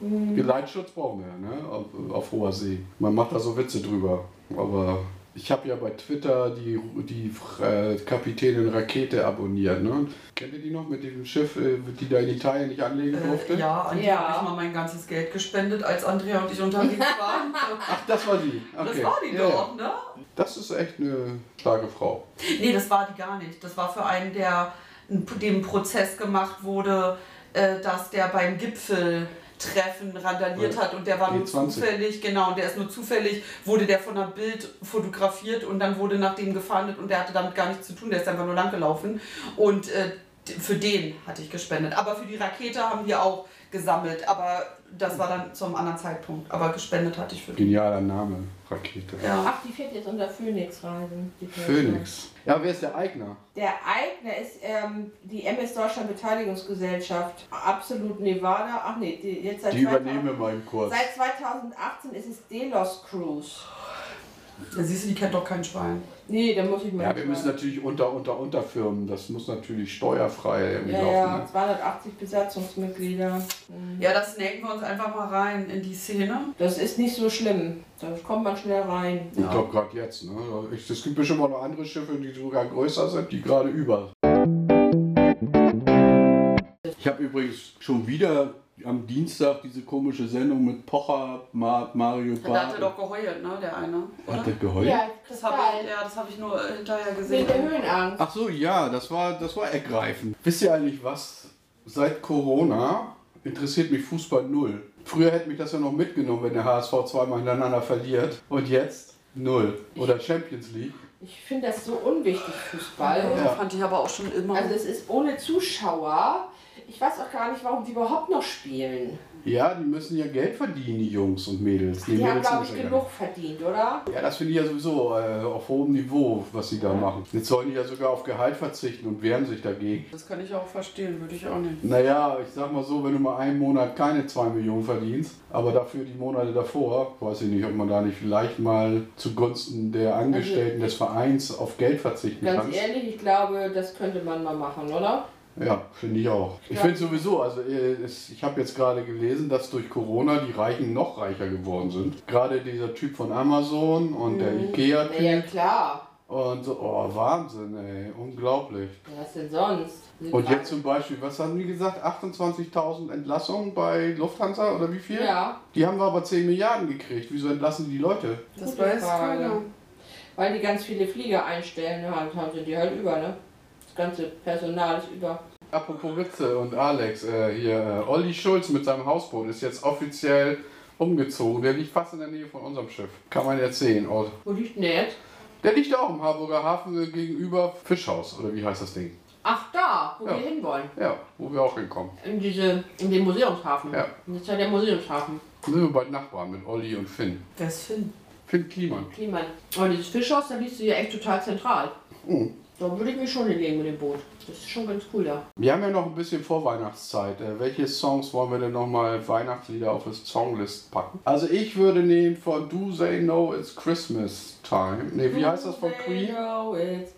Speaker 4: Mhm.
Speaker 3: Geleitschutz brauchen wir, ne? Auf, auf hoher See. Man macht da so Witze drüber. Aber ich habe ja bei Twitter die, die äh, Kapitänin Rakete abonniert, ne? Kennt ihr die noch mit dem Schiff, äh, die da in Italien nicht anlegen durfte?
Speaker 4: Äh, ja, an die
Speaker 1: Ja.
Speaker 4: habe ich mal mein ganzes Geld gespendet, als Andrea und ich unterwegs waren.
Speaker 3: Ach, das war die. Okay.
Speaker 4: Das war die
Speaker 3: Ja, ja.
Speaker 4: doch, ne?
Speaker 3: Das ist echt eine starke Frau.
Speaker 4: Nee, das war die gar nicht. Das war für einen, der dem Prozess gemacht wurde, äh, dass der beim Gipfeltreffen randaliert
Speaker 3: Ja,
Speaker 4: hat und der war nur
Speaker 3: G20.
Speaker 4: zufällig, genau, und der ist nur zufällig, wurde der von einem Bild fotografiert und dann wurde nach dem gefahndet und der hatte damit gar nichts zu tun, der ist einfach nur langgelaufen und äh, d- für den hatte ich gespendet. Aber für die Rakete haben wir auch gesammelt, aber das war dann zum anderen Zeitpunkt, aber gespendet hatte ich für den.
Speaker 3: Genialer Name, Rakete.
Speaker 4: Ja.
Speaker 1: Ach, die fährt jetzt unter Phoenix reisen. die
Speaker 3: Phoenix. Ja, wer ist der Eigner?
Speaker 1: Der Eigner ist ähm, die MS Deutschland Beteiligungsgesellschaft. Absolut Nevada. Ach nee, die, jetzt seit,
Speaker 3: Die
Speaker 1: 2000
Speaker 3: übernehmen wir mal im Kurs.
Speaker 1: seit 2018 ist es Delos Cruise.
Speaker 4: Da siehst du, die kennt doch kein Schwein.
Speaker 1: Nee, da muss ich mal.
Speaker 3: Ja, wir müssen natürlich unter, unter, unter Firmen. Das muss natürlich steuerfrei irgendwie
Speaker 1: ja,
Speaker 3: laufen.
Speaker 1: ja,
Speaker 3: Ne?
Speaker 1: 280 Besatzungsmitglieder.
Speaker 4: Ja, das snacken wir uns einfach mal rein in die Szene.
Speaker 1: Das ist nicht so schlimm. Da kommt man schnell rein.
Speaker 3: Ich glaube gerade jetzt. Ne? Ich, es gibt bestimmt auch noch andere Schiffe, die sogar größer sind, die gerade über.
Speaker 5: Ich habe übrigens schon wieder am Dienstag diese komische Sendung mit Pocher, Ma Mario
Speaker 4: Da hat
Speaker 5: Barth.
Speaker 4: er doch geheult, ne, der eine. Oder?
Speaker 5: Hat er geheult?
Speaker 4: Das habe ich, ja, das hab ich nur äh, hinterher
Speaker 1: Wegen
Speaker 4: gesehen.
Speaker 1: der Höhenangst.
Speaker 5: Ach so, ja, das war, das war ergreifend.
Speaker 3: Wisst ihr eigentlich was? Seit Corona interessiert mich Fußball null. Früher hätte mich das ja noch mitgenommen, wenn der HSV zweimal hintereinander verliert. Und jetzt null. Oder Champions League.
Speaker 1: Ich finde das so unwichtig, Fußball.
Speaker 4: Fand ich aber auch schon immer.
Speaker 1: Also es ist ohne Zuschauer, Ich weiß auch gar nicht, warum die überhaupt noch spielen.
Speaker 3: Ja, die müssen ja Geld verdienen, die Jungs und Mädels.
Speaker 1: Die haben,
Speaker 3: Mädels
Speaker 1: glaube ich,
Speaker 3: sind ja-
Speaker 1: genug verdient, oder?
Speaker 3: Ja, das finde ich ja sowieso äh, auf hohem Niveau, was sie da machen. Jetzt sollen die ja sogar auf Gehalt verzichten und wehren sich dagegen.
Speaker 4: Das kann ich auch verstehen, würde ich auch nicht.
Speaker 3: Naja, ich sag mal so, wenn du mal einen Monat keine 2 Millionen verdienst, aber dafür die Monate davor, weiß ich nicht, ob man da nicht vielleicht mal zugunsten der Angestellten des Vereins auf Geld verzichten
Speaker 1: Also Ganz
Speaker 3: kann.
Speaker 1: ehrlich, ich glaube, das könnte man mal machen, oder?
Speaker 3: Ja, finde ich auch. Ich
Speaker 1: Ja.
Speaker 3: finde sowieso, also äh, es, ich habe jetzt gerade gelesen, dass durch Corona die Reichen noch reicher geworden sind. Gerade dieser Typ von Amazon und der Ikea-Typ
Speaker 1: Mhm. Ja, klar.
Speaker 3: und so, oh Wahnsinn, ey, unglaublich.
Speaker 1: Ja, Was denn sonst? Sind
Speaker 3: Und
Speaker 1: gerade-
Speaker 3: jetzt zum Beispiel, was haben die gesagt? 28.000 Entlassungen bei Lufthansa oder wie viel?
Speaker 1: Ja,
Speaker 3: Die haben wir aber 10 Milliarden gekriegt. Wieso entlassen die Leute?
Speaker 4: Das
Speaker 1: Gute
Speaker 4: weiß
Speaker 1: Frage.
Speaker 4: keiner.
Speaker 1: weil die ganz viele Flieger einstellen, haben, haben sie die halt über, ne? Das ganze Personal ist über.
Speaker 3: Apropos Ritze und Alex, äh, hier, äh, Olli Schulz mit seinem Hausboot ist jetzt offiziell umgezogen. Der liegt fast in der Nähe von unserem Schiff. Kann man jetzt sehen. Oh.
Speaker 1: Wo liegt denn der jetzt?
Speaker 3: Der liegt auch im Harburger Hafen äh, gegenüber Fischhaus, oder wie heißt das Ding?
Speaker 1: Ach, da, wo
Speaker 3: Ja.
Speaker 1: wir hinwollen.
Speaker 3: Ja, wo wir auch hinkommen.
Speaker 1: In, diese, in den Museumshafen.
Speaker 3: Ja.
Speaker 1: Das ist ja der Museumshafen.
Speaker 3: Dann sind wir bald Nachbarn mit Olli und Finn.
Speaker 4: Wer ist Finn?
Speaker 3: Finn Kliman.
Speaker 1: Kliman. Aber dieses Fischhaus, da liegst du ja echt total zentral.
Speaker 3: Hm.
Speaker 1: Da würde ich mich schon hinlegen mit dem Boot. Das ist schon ganz cool da.
Speaker 3: Wir haben ja noch ein bisschen Vorweihnachtszeit. Äh, Welche Songs wollen wir denn nochmal Weihnachtslieder auf das Songlist packen? Also ich würde nehmen von Do Say No It's Christmas Time. Ne, wie heißt das von Queen?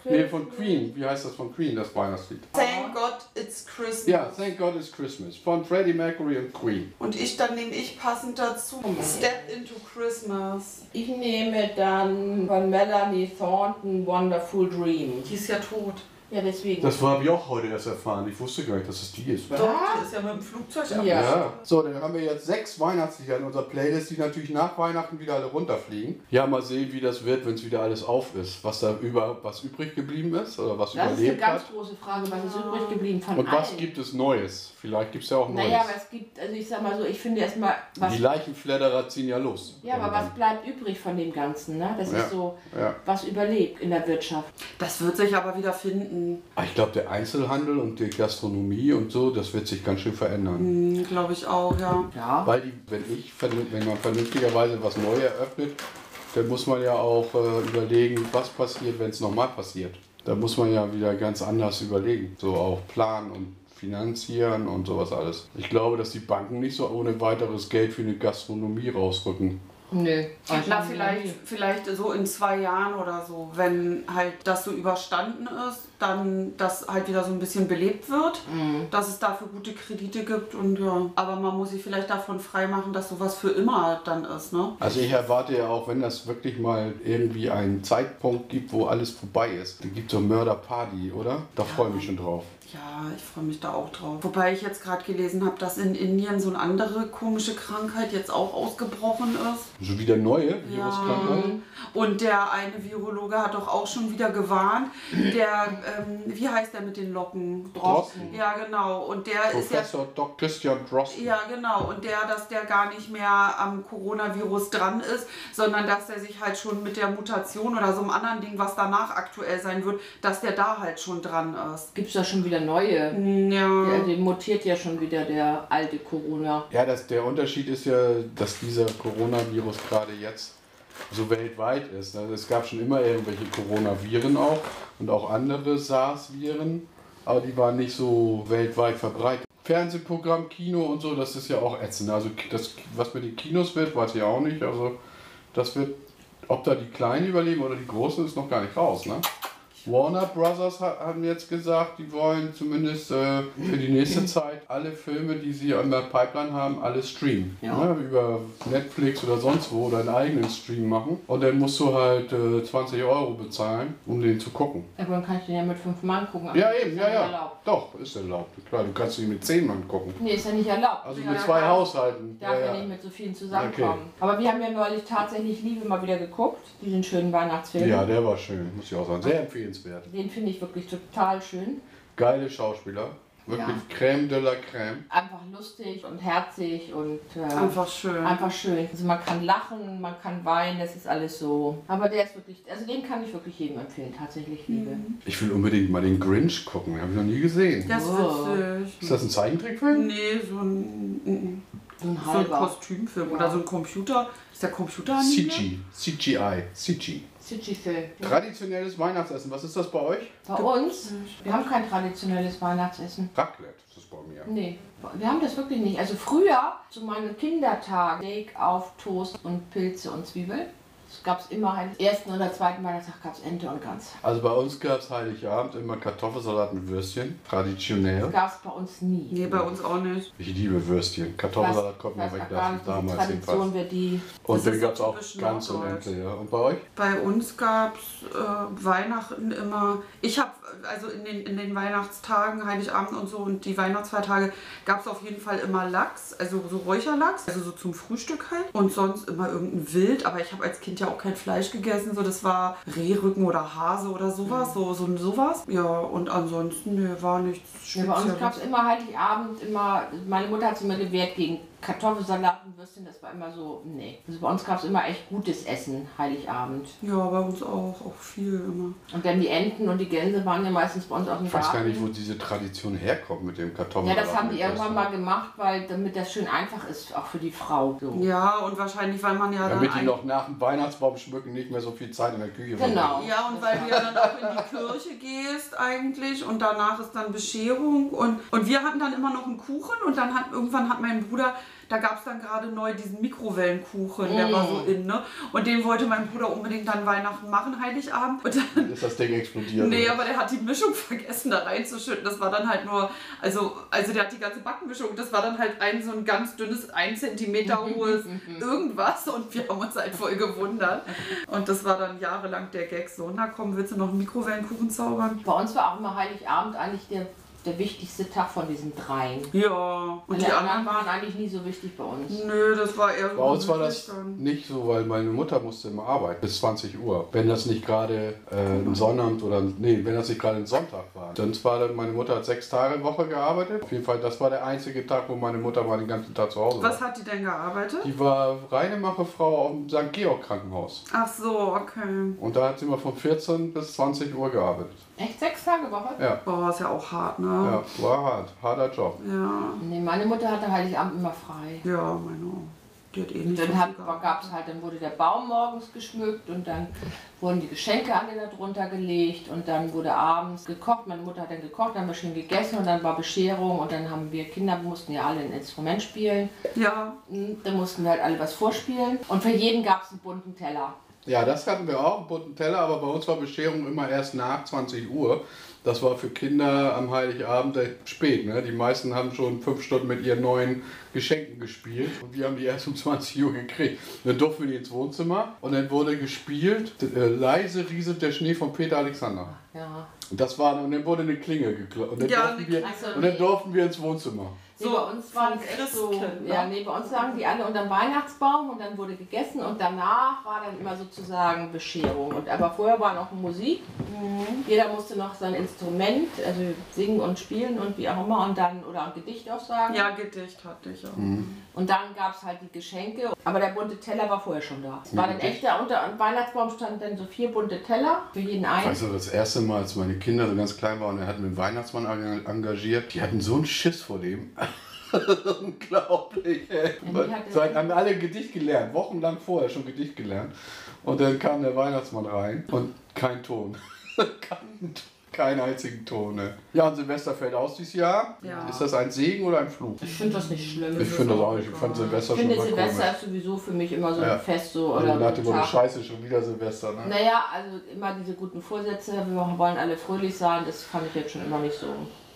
Speaker 3: Ne, von Queen. Wie heißt das von Queen, das Weihnachtslied?
Speaker 4: Thank God it's Christmas.
Speaker 3: Ja, Thank God It's Christmas von Freddie Mercury und Queen.
Speaker 4: Und ich dann nehme ich passend dazu Step into Christmas.
Speaker 1: Ich nehme dann von Melanie Thornton Wonderful Dream.
Speaker 4: Die ist ja tot.
Speaker 1: Ja, deswegen.
Speaker 3: Das habe ich auch heute erst erfahren. Ich wusste gar nicht, dass es die ist.
Speaker 4: Doch, die ist ja mit dem Flugzeug
Speaker 1: Ja.
Speaker 3: Ja. So, dann haben wir jetzt sechs Weihnachtslieder in unserer Playlist, die natürlich nach Weihnachten wieder alle runterfliegen. Ja, mal sehen, wie das wird, wenn es wieder alles auf ist. Was da über, was übrig geblieben ist oder
Speaker 1: das
Speaker 3: was
Speaker 1: ist eine
Speaker 3: überlebt
Speaker 1: ganz
Speaker 3: hat.
Speaker 1: große Frage, was ist übrig geblieben von
Speaker 3: Und
Speaker 1: allen.
Speaker 3: was gibt es Neues? Vielleicht gibt es ja auch Neues.
Speaker 1: Naja, aber es gibt, also ich sag mal so, ich finde erstmal, was.
Speaker 3: die Leichenfledderer ziehen ja los.
Speaker 1: Ja, aber was bleibt übrig von dem Ganzen, ne? Das
Speaker 3: Ja.
Speaker 1: ist so,
Speaker 3: Ja.
Speaker 1: was überlebt in der Wirtschaft.
Speaker 4: Das wird sich aber wieder finden,
Speaker 3: Ah, Ich glaube, der Einzelhandel und die Gastronomie und so, das wird sich ganz schön verändern.
Speaker 4: hm, glaube ich auch, ja.
Speaker 1: Ja.
Speaker 3: Weil die, wenn, ich, vernün- wenn man vernünftigerweise was Neues eröffnet, dann muss man ja auch äh, überlegen, was passiert, wenn es nochmal passiert. Da muss man ja wieder ganz anders überlegen. So auch planen und finanzieren und sowas alles. Ich glaube, dass die Banken nicht so ohne weiteres Geld für eine Gastronomie rausrücken.
Speaker 1: Nö.
Speaker 4: Na, vielleicht, vielleicht so in zwei Jahren oder so, wenn halt das so überstanden ist, dann das halt wieder so ein bisschen belebt wird, dass es dafür gute Kredite gibt und ja. Aber man muss sich vielleicht davon freimachen, dass sowas für immer dann ist, ne?
Speaker 3: Also ich erwarte ja auch, wenn das wirklich mal irgendwie einen Zeitpunkt gibt, wo alles vorbei ist, dann gibt es so Mörderparty, oder? Da freue ich mich schon drauf.
Speaker 4: Ja, ich freue mich da auch drauf. Wobei ich jetzt gerade gelesen habe, dass in Indien so eine andere komische Krankheit jetzt auch ausgebrochen ist.
Speaker 3: So wieder neue Viruskrankheit.
Speaker 4: Und der eine Virologe hat doch auch schon wieder gewarnt. Der, ähm, wie heißt der mit den Locken?
Speaker 3: Drosten.
Speaker 4: Ja, genau. Und der ist ja.
Speaker 3: Professor Dr. Christian Drosten.
Speaker 4: Ja, genau. Und der, dass der gar nicht mehr am Coronavirus dran ist, sondern dass der sich halt schon mit der Mutation oder so einem anderen Ding, was danach aktuell sein wird, dass der da halt schon dran ist. Mm,
Speaker 1: Gibt es da schon wieder neue?
Speaker 4: Ja.
Speaker 1: Ja, Also, den mutiert ja schon wieder der alte Corona.
Speaker 3: Ja, das, der Unterschied ist ja, dass dieser Coronavirus gerade jetzt so weltweit ist. Also es gab schon immer irgendwelche Coronaviren auch und auch andere SARS-Viren, aber die waren nicht so weltweit verbreitet. Fernsehprogramm, Kino und so, das ist ja auch ätzend. Also das, was mit den Kinos wird, weiß ich auch nicht. Also das wird, ob da die Kleinen überleben oder die Großen, ist noch gar nicht raus, ne? Warner Brothers ha- haben jetzt gesagt, die wollen zumindest äh, für die nächste Zeit alle Filme, die sie in der Pipeline haben, alle streamen. Ne? Über Netflix oder sonst wo oder einen eigenen Stream machen. Und dann musst du halt äh, 20 Euro bezahlen, um den zu gucken.
Speaker 1: Aber man kann ich den ja mit fünf Mann gucken. aber
Speaker 3: Ja,
Speaker 1: das
Speaker 3: eben,
Speaker 1: ist
Speaker 3: ja,
Speaker 1: nicht
Speaker 3: ja.
Speaker 1: Erlaubt.
Speaker 3: Doch, ist erlaubt. Klar, du kannst ihn mit 10 Mann gucken.
Speaker 1: Nee, ist ja nicht erlaubt.
Speaker 3: Also
Speaker 4: Ja,
Speaker 3: mit
Speaker 4: ja,
Speaker 3: zwei
Speaker 4: klar.
Speaker 3: Haushalten.
Speaker 1: Darf
Speaker 3: Ja,
Speaker 1: ja
Speaker 3: ja.
Speaker 1: nicht mit so vielen zusammenkommen. Aber wir haben ja neulich tatsächlich Liebe mal wieder geguckt, diesen schönen Weihnachtsfilm.
Speaker 3: ja, der war schön, muss ich auch sagen. Sehr empfehlenswert.
Speaker 1: Den finde ich wirklich total schön.
Speaker 3: Geile Schauspieler.
Speaker 1: Ja.
Speaker 3: Wirklich Crème de la Crème.
Speaker 1: Einfach lustig und herzig und äh,
Speaker 4: Einfach schön.
Speaker 1: einfach schön. Also man kann lachen, man kann weinen, das ist alles so. Aber der ist wirklich, also den kann ich wirklich jedem empfehlen, tatsächlich Liebe.
Speaker 3: Ich will unbedingt mal den Grinch gucken, den habe ich noch nie gesehen.
Speaker 4: Das ist
Speaker 1: Oh.
Speaker 3: Ist
Speaker 4: witzig.
Speaker 3: das ein Zeichentrickfilm?
Speaker 4: Nee, so ein, mm,
Speaker 1: So ein
Speaker 4: so ein
Speaker 1: halber.
Speaker 4: Kostümfilm oder so ein Computer. Ist der Computer animiert?
Speaker 3: CG, CGI, CG.
Speaker 1: Sitchi-Film.
Speaker 3: Traditionelles Weihnachtsessen, was ist das bei euch?
Speaker 1: Bei uns, wir haben kein traditionelles Weihnachtsessen.
Speaker 3: Raclette ist das bei mir.
Speaker 1: Nee, wir haben das wirklich nicht. Also früher, zu meinen Kindertagen, Steak auf Toast und Pilze und Zwiebeln. Es gab es immer, am ersten oder zweiten Weihnachtstag gab es Ente und Gans.
Speaker 3: Also bei uns gab es Heiligabend immer Kartoffelsalat mit Würstchen, traditionell.
Speaker 1: Gab es bei uns nie.
Speaker 4: Nee, bei uns auch nicht.
Speaker 3: Ich liebe Würstchen. Kartoffelsalat konnte man
Speaker 1: weiß auch gar
Speaker 3: weglassen,
Speaker 1: nicht, diese
Speaker 3: damals
Speaker 1: Tradition,
Speaker 3: jedenfalls.
Speaker 1: wir die
Speaker 4: Das
Speaker 3: Und dann
Speaker 4: ist
Speaker 3: gab es auch
Speaker 4: typisch
Speaker 3: ganz und
Speaker 4: norddeutsch.
Speaker 3: Ente, ja. Und bei euch?
Speaker 4: Bei uns gab es äh, Weihnachten immer. Ich habe, also in den, in den Weihnachtstagen, Heiligabend und so und die Weihnachtsfeiertage, gab es auf jeden Fall immer Lachs, also so Räucherlachs, also so zum Frühstück halt. Und sonst immer irgendein Wild. Aber ich habe als Kind ja auch kein Fleisch gegessen. So, das war Rehrücken oder Hase oder
Speaker 1: Mhm.
Speaker 4: sowas, so, so sowas. Ja, und ansonsten, nee, war nichts
Speaker 1: Ja, bei uns gab es
Speaker 4: Spezielles.
Speaker 1: immer Heiligabend, immer, meine Mutter hat sich immer gewehrt gegen Kartoffelsalat und Würstchen, das war immer so, nee. Also bei uns gab es immer echt gutes Essen, Heiligabend.
Speaker 4: Ja, bei uns auch, auch viel immer.
Speaker 1: Und dann die Enten und die Gänse waren ja meistens bei uns auf dem
Speaker 3: Ich weiß gar
Speaker 1: Garten.
Speaker 3: nicht, wo diese Tradition herkommt mit dem
Speaker 1: ja,
Speaker 3: Kartoffelsalat.
Speaker 1: das haben die
Speaker 3: mit
Speaker 1: irgendwann
Speaker 3: Würstchen.
Speaker 1: mal gemacht, weil damit das schön einfach ist, auch für die Frau. So.
Speaker 4: Ja, und wahrscheinlich, weil man ja
Speaker 3: Damit
Speaker 4: dann
Speaker 3: die
Speaker 4: ein-
Speaker 3: noch nach dem Weihnachtsbaum schmücken nicht mehr so viel Zeit in der Küche
Speaker 1: Genau.
Speaker 4: Ja, und weil du ja dann auch in die Kirche gehst eigentlich und danach ist dann Bescherung und, und wir hatten dann immer noch einen Kuchen und dann hat irgendwann hat mein Bruder, da gab es dann gerade neu diesen Mikrowellenkuchen, der war so in, ne? Und den wollte mein Bruder unbedingt dann Weihnachten machen, Heiligabend. Und dann,
Speaker 3: verbringen. Ist das Ding explodiert?
Speaker 4: nee,
Speaker 3: oder?
Speaker 4: aber der hat die Mischung vergessen da reinzuschütten. Das war dann halt nur, also, also der hat die ganze Backenmischung, das war dann halt ein so ein ganz dünnes, ein Zentimeter hohes irgendwas und wir haben uns halt voll gewundert. Und das war dann jahrelang der Gag so, na komm, willst du noch einen Mikrowellenkuchen zaubern?
Speaker 1: Bei uns war auch immer Heiligabend eigentlich der, der wichtigste Tag von diesen dreien.
Speaker 4: Ja. Und die
Speaker 1: Alle anderen
Speaker 4: anderen?
Speaker 1: waren eigentlich nie so wichtig bei uns.
Speaker 4: Nö, das war eher so
Speaker 3: Bei uns war
Speaker 4: gemütlich
Speaker 3: das
Speaker 4: dann.
Speaker 3: nicht so, weil meine Mutter musste immer arbeiten bis 20 Uhr. Wenn das nicht gerade äh, ein Sonnabend oder nee, wenn das nicht gerade ein Sonntag war. Sonst war dann, meine Mutter hat sechs Tage Woche gearbeitet. Auf jeden Fall, das war der einzige Tag, wo meine Mutter mal den ganzen Tag zu Hause
Speaker 4: Was
Speaker 3: war.
Speaker 4: hat die denn gearbeitet?
Speaker 3: Die war Reinemacherfrau auf dem St. Georg Krankenhaus.
Speaker 4: Ach so, okay.
Speaker 3: Und da hat sie immer von 14 bis 20 Uhr gearbeitet.
Speaker 1: Echt sechs Tage Woche?
Speaker 3: Ja,
Speaker 4: Boah, ist ja auch hart, ne?
Speaker 3: ja, war hart, harter Job.
Speaker 4: Ja.
Speaker 1: Nee, meine Mutter hatte Heiligabend immer frei.
Speaker 4: Ja, meine auch. Die hat eh nicht so
Speaker 1: Dann
Speaker 4: viel
Speaker 1: hat,
Speaker 4: gearbeitet.
Speaker 1: gab's halt, dann wurde der Baum morgens geschmückt und dann wurden die Geschenke alle darunter gelegt und dann wurde abends gekocht. Meine Mutter hat dann gekocht, dann haben wir schön gegessen und dann war Bescherung und dann haben wir Kinder, mussten ja alle ein Instrument spielen.
Speaker 4: Ja,
Speaker 1: Und Dann mussten wir halt alle was vorspielen und für jeden gab es einen bunten Teller.
Speaker 3: Ja, das hatten wir auch, einen bunten Teller, aber bei uns war Bescherung immer erst nach 20 Uhr. Das war für Kinder am Heiligabend echt spät. Ne? Die meisten haben schon fünf Stunden mit ihren neuen Geschenken gespielt und wir haben die erst um 20 Uhr gekriegt. Dann durften wir die ins Wohnzimmer und dann wurde gespielt, äh, leise rieselt der Schnee von Peter Alexander.
Speaker 1: Ja.
Speaker 3: Und das war, und dann wurde eine Klinge geklappt und, dann
Speaker 4: Ja,
Speaker 3: durften
Speaker 4: eine
Speaker 3: wir-
Speaker 1: Klinge.
Speaker 3: und dann durften wir ins Wohnzimmer.
Speaker 1: So, Also nee, bei uns war
Speaker 4: vom
Speaker 1: es echt so.
Speaker 4: Christkind, ne?
Speaker 1: Ja, nee, bei uns lagen die alle unterm Weihnachtsbaum und dann wurde gegessen und danach war dann immer sozusagen Bescherung. Und, aber vorher war noch Musik.
Speaker 4: Mhm.
Speaker 1: Jeder musste noch sein Instrument, also singen und spielen und wie auch immer und dann oder ein Gedicht aufsagen.
Speaker 4: ja, Gedicht hatte ich
Speaker 3: Mhm.
Speaker 4: auch.
Speaker 1: Und dann gab es halt die Geschenke. Aber der bunte Teller war vorher schon da. Es war dann echt da unter am Weihnachtsbaum standen dann so vier bunte Teller für jeden
Speaker 3: Ich
Speaker 1: einen.
Speaker 3: weiß noch, das erste Mal, als meine Kinder so ganz klein waren, er hat einen Weihnachtsmann en- engagiert. Die hatten so einen Schiss vor dem. Unglaublich, ey.
Speaker 1: Ja, die hatte-
Speaker 3: So, haben alle ein Gedicht gelernt, wochenlang vorher schon Gedicht gelernt. Und dann kam der Weihnachtsmann rein und kein Ton. kein, keinen einzigen Ton. Ne? Ja, und Silvester fällt aus dieses Jahr.
Speaker 4: Ja.
Speaker 3: Ist das ein Segen oder ein Fluch?
Speaker 1: Ich finde das nicht schlimm.
Speaker 3: Ich finde das auch nicht. Ich fand Silvester
Speaker 1: Ich
Speaker 3: schon mal
Speaker 1: finde
Speaker 3: komisch.
Speaker 1: Silvester ist sowieso für mich immer so ein
Speaker 3: Ja.
Speaker 1: Fest so
Speaker 3: Also
Speaker 1: oder
Speaker 3: nach dem
Speaker 1: so ein
Speaker 3: Motto,
Speaker 1: Tag.
Speaker 3: scheiße, schon wieder Silvester. Ne?
Speaker 1: Naja, also immer diese guten Vorsätze, wir wollen alle fröhlich sein, das fand ich jetzt schon immer nicht so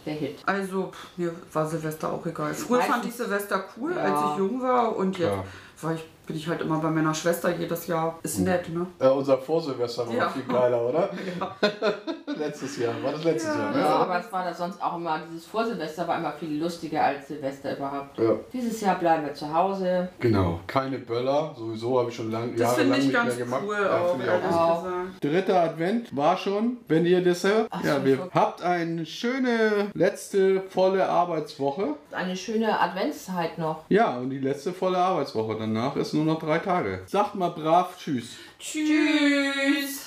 Speaker 1: der Hit.
Speaker 4: Also, pff, mir war Silvester auch egal. Früher fand ich Silvester cool,
Speaker 1: Ja.
Speaker 4: als ich jung war. Und jetzt
Speaker 3: Klar.
Speaker 4: war ich, bin ich halt immer bei meiner Schwester jedes Jahr. Ist nett, ne?
Speaker 3: Äh, unser Vorsilvester war
Speaker 4: Ja.
Speaker 3: viel geiler, oder? letztes Jahr. War das letztes Jahr, ne?
Speaker 1: Ja, aber es war da sonst auch immer, dieses Vorsilvester war immer viel lustiger als Silvester überhaupt.
Speaker 3: Ja.
Speaker 1: Dieses Jahr bleiben wir zu Hause.
Speaker 3: Genau. Keine Böller. Sowieso habe ich schon lange
Speaker 4: Das finde ich
Speaker 3: nicht mehr
Speaker 4: ganz
Speaker 3: gemacht.
Speaker 4: cool
Speaker 3: Ja,
Speaker 4: auch, also-
Speaker 3: finde ich
Speaker 4: ehrlich
Speaker 1: auch.
Speaker 4: gesagt.
Speaker 3: Dritter Advent war schon, wenn ihr das hört. ja,
Speaker 1: so,
Speaker 3: wir
Speaker 1: voll-
Speaker 3: habt eine schöne letzte volle Arbeitswoche.
Speaker 1: Eine schöne Adventszeit noch.
Speaker 3: Ja, und die letzte volle Arbeitswoche. Danach ist nur noch drei Tage. Sagt mal brav Tschüss.
Speaker 4: Tschüss.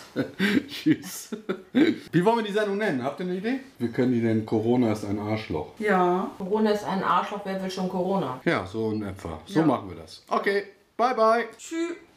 Speaker 3: Tschüss. Wie wollen wir die Sendung nennen? Habt ihr eine Idee? Wir können die nennen Corona ist ein Arschloch.
Speaker 4: Ja.
Speaker 1: Corona ist ein Arschloch, wer will schon Corona?
Speaker 3: Ja, so in etwa. So machen wir das. Okay, bye bye.
Speaker 4: Tschüss.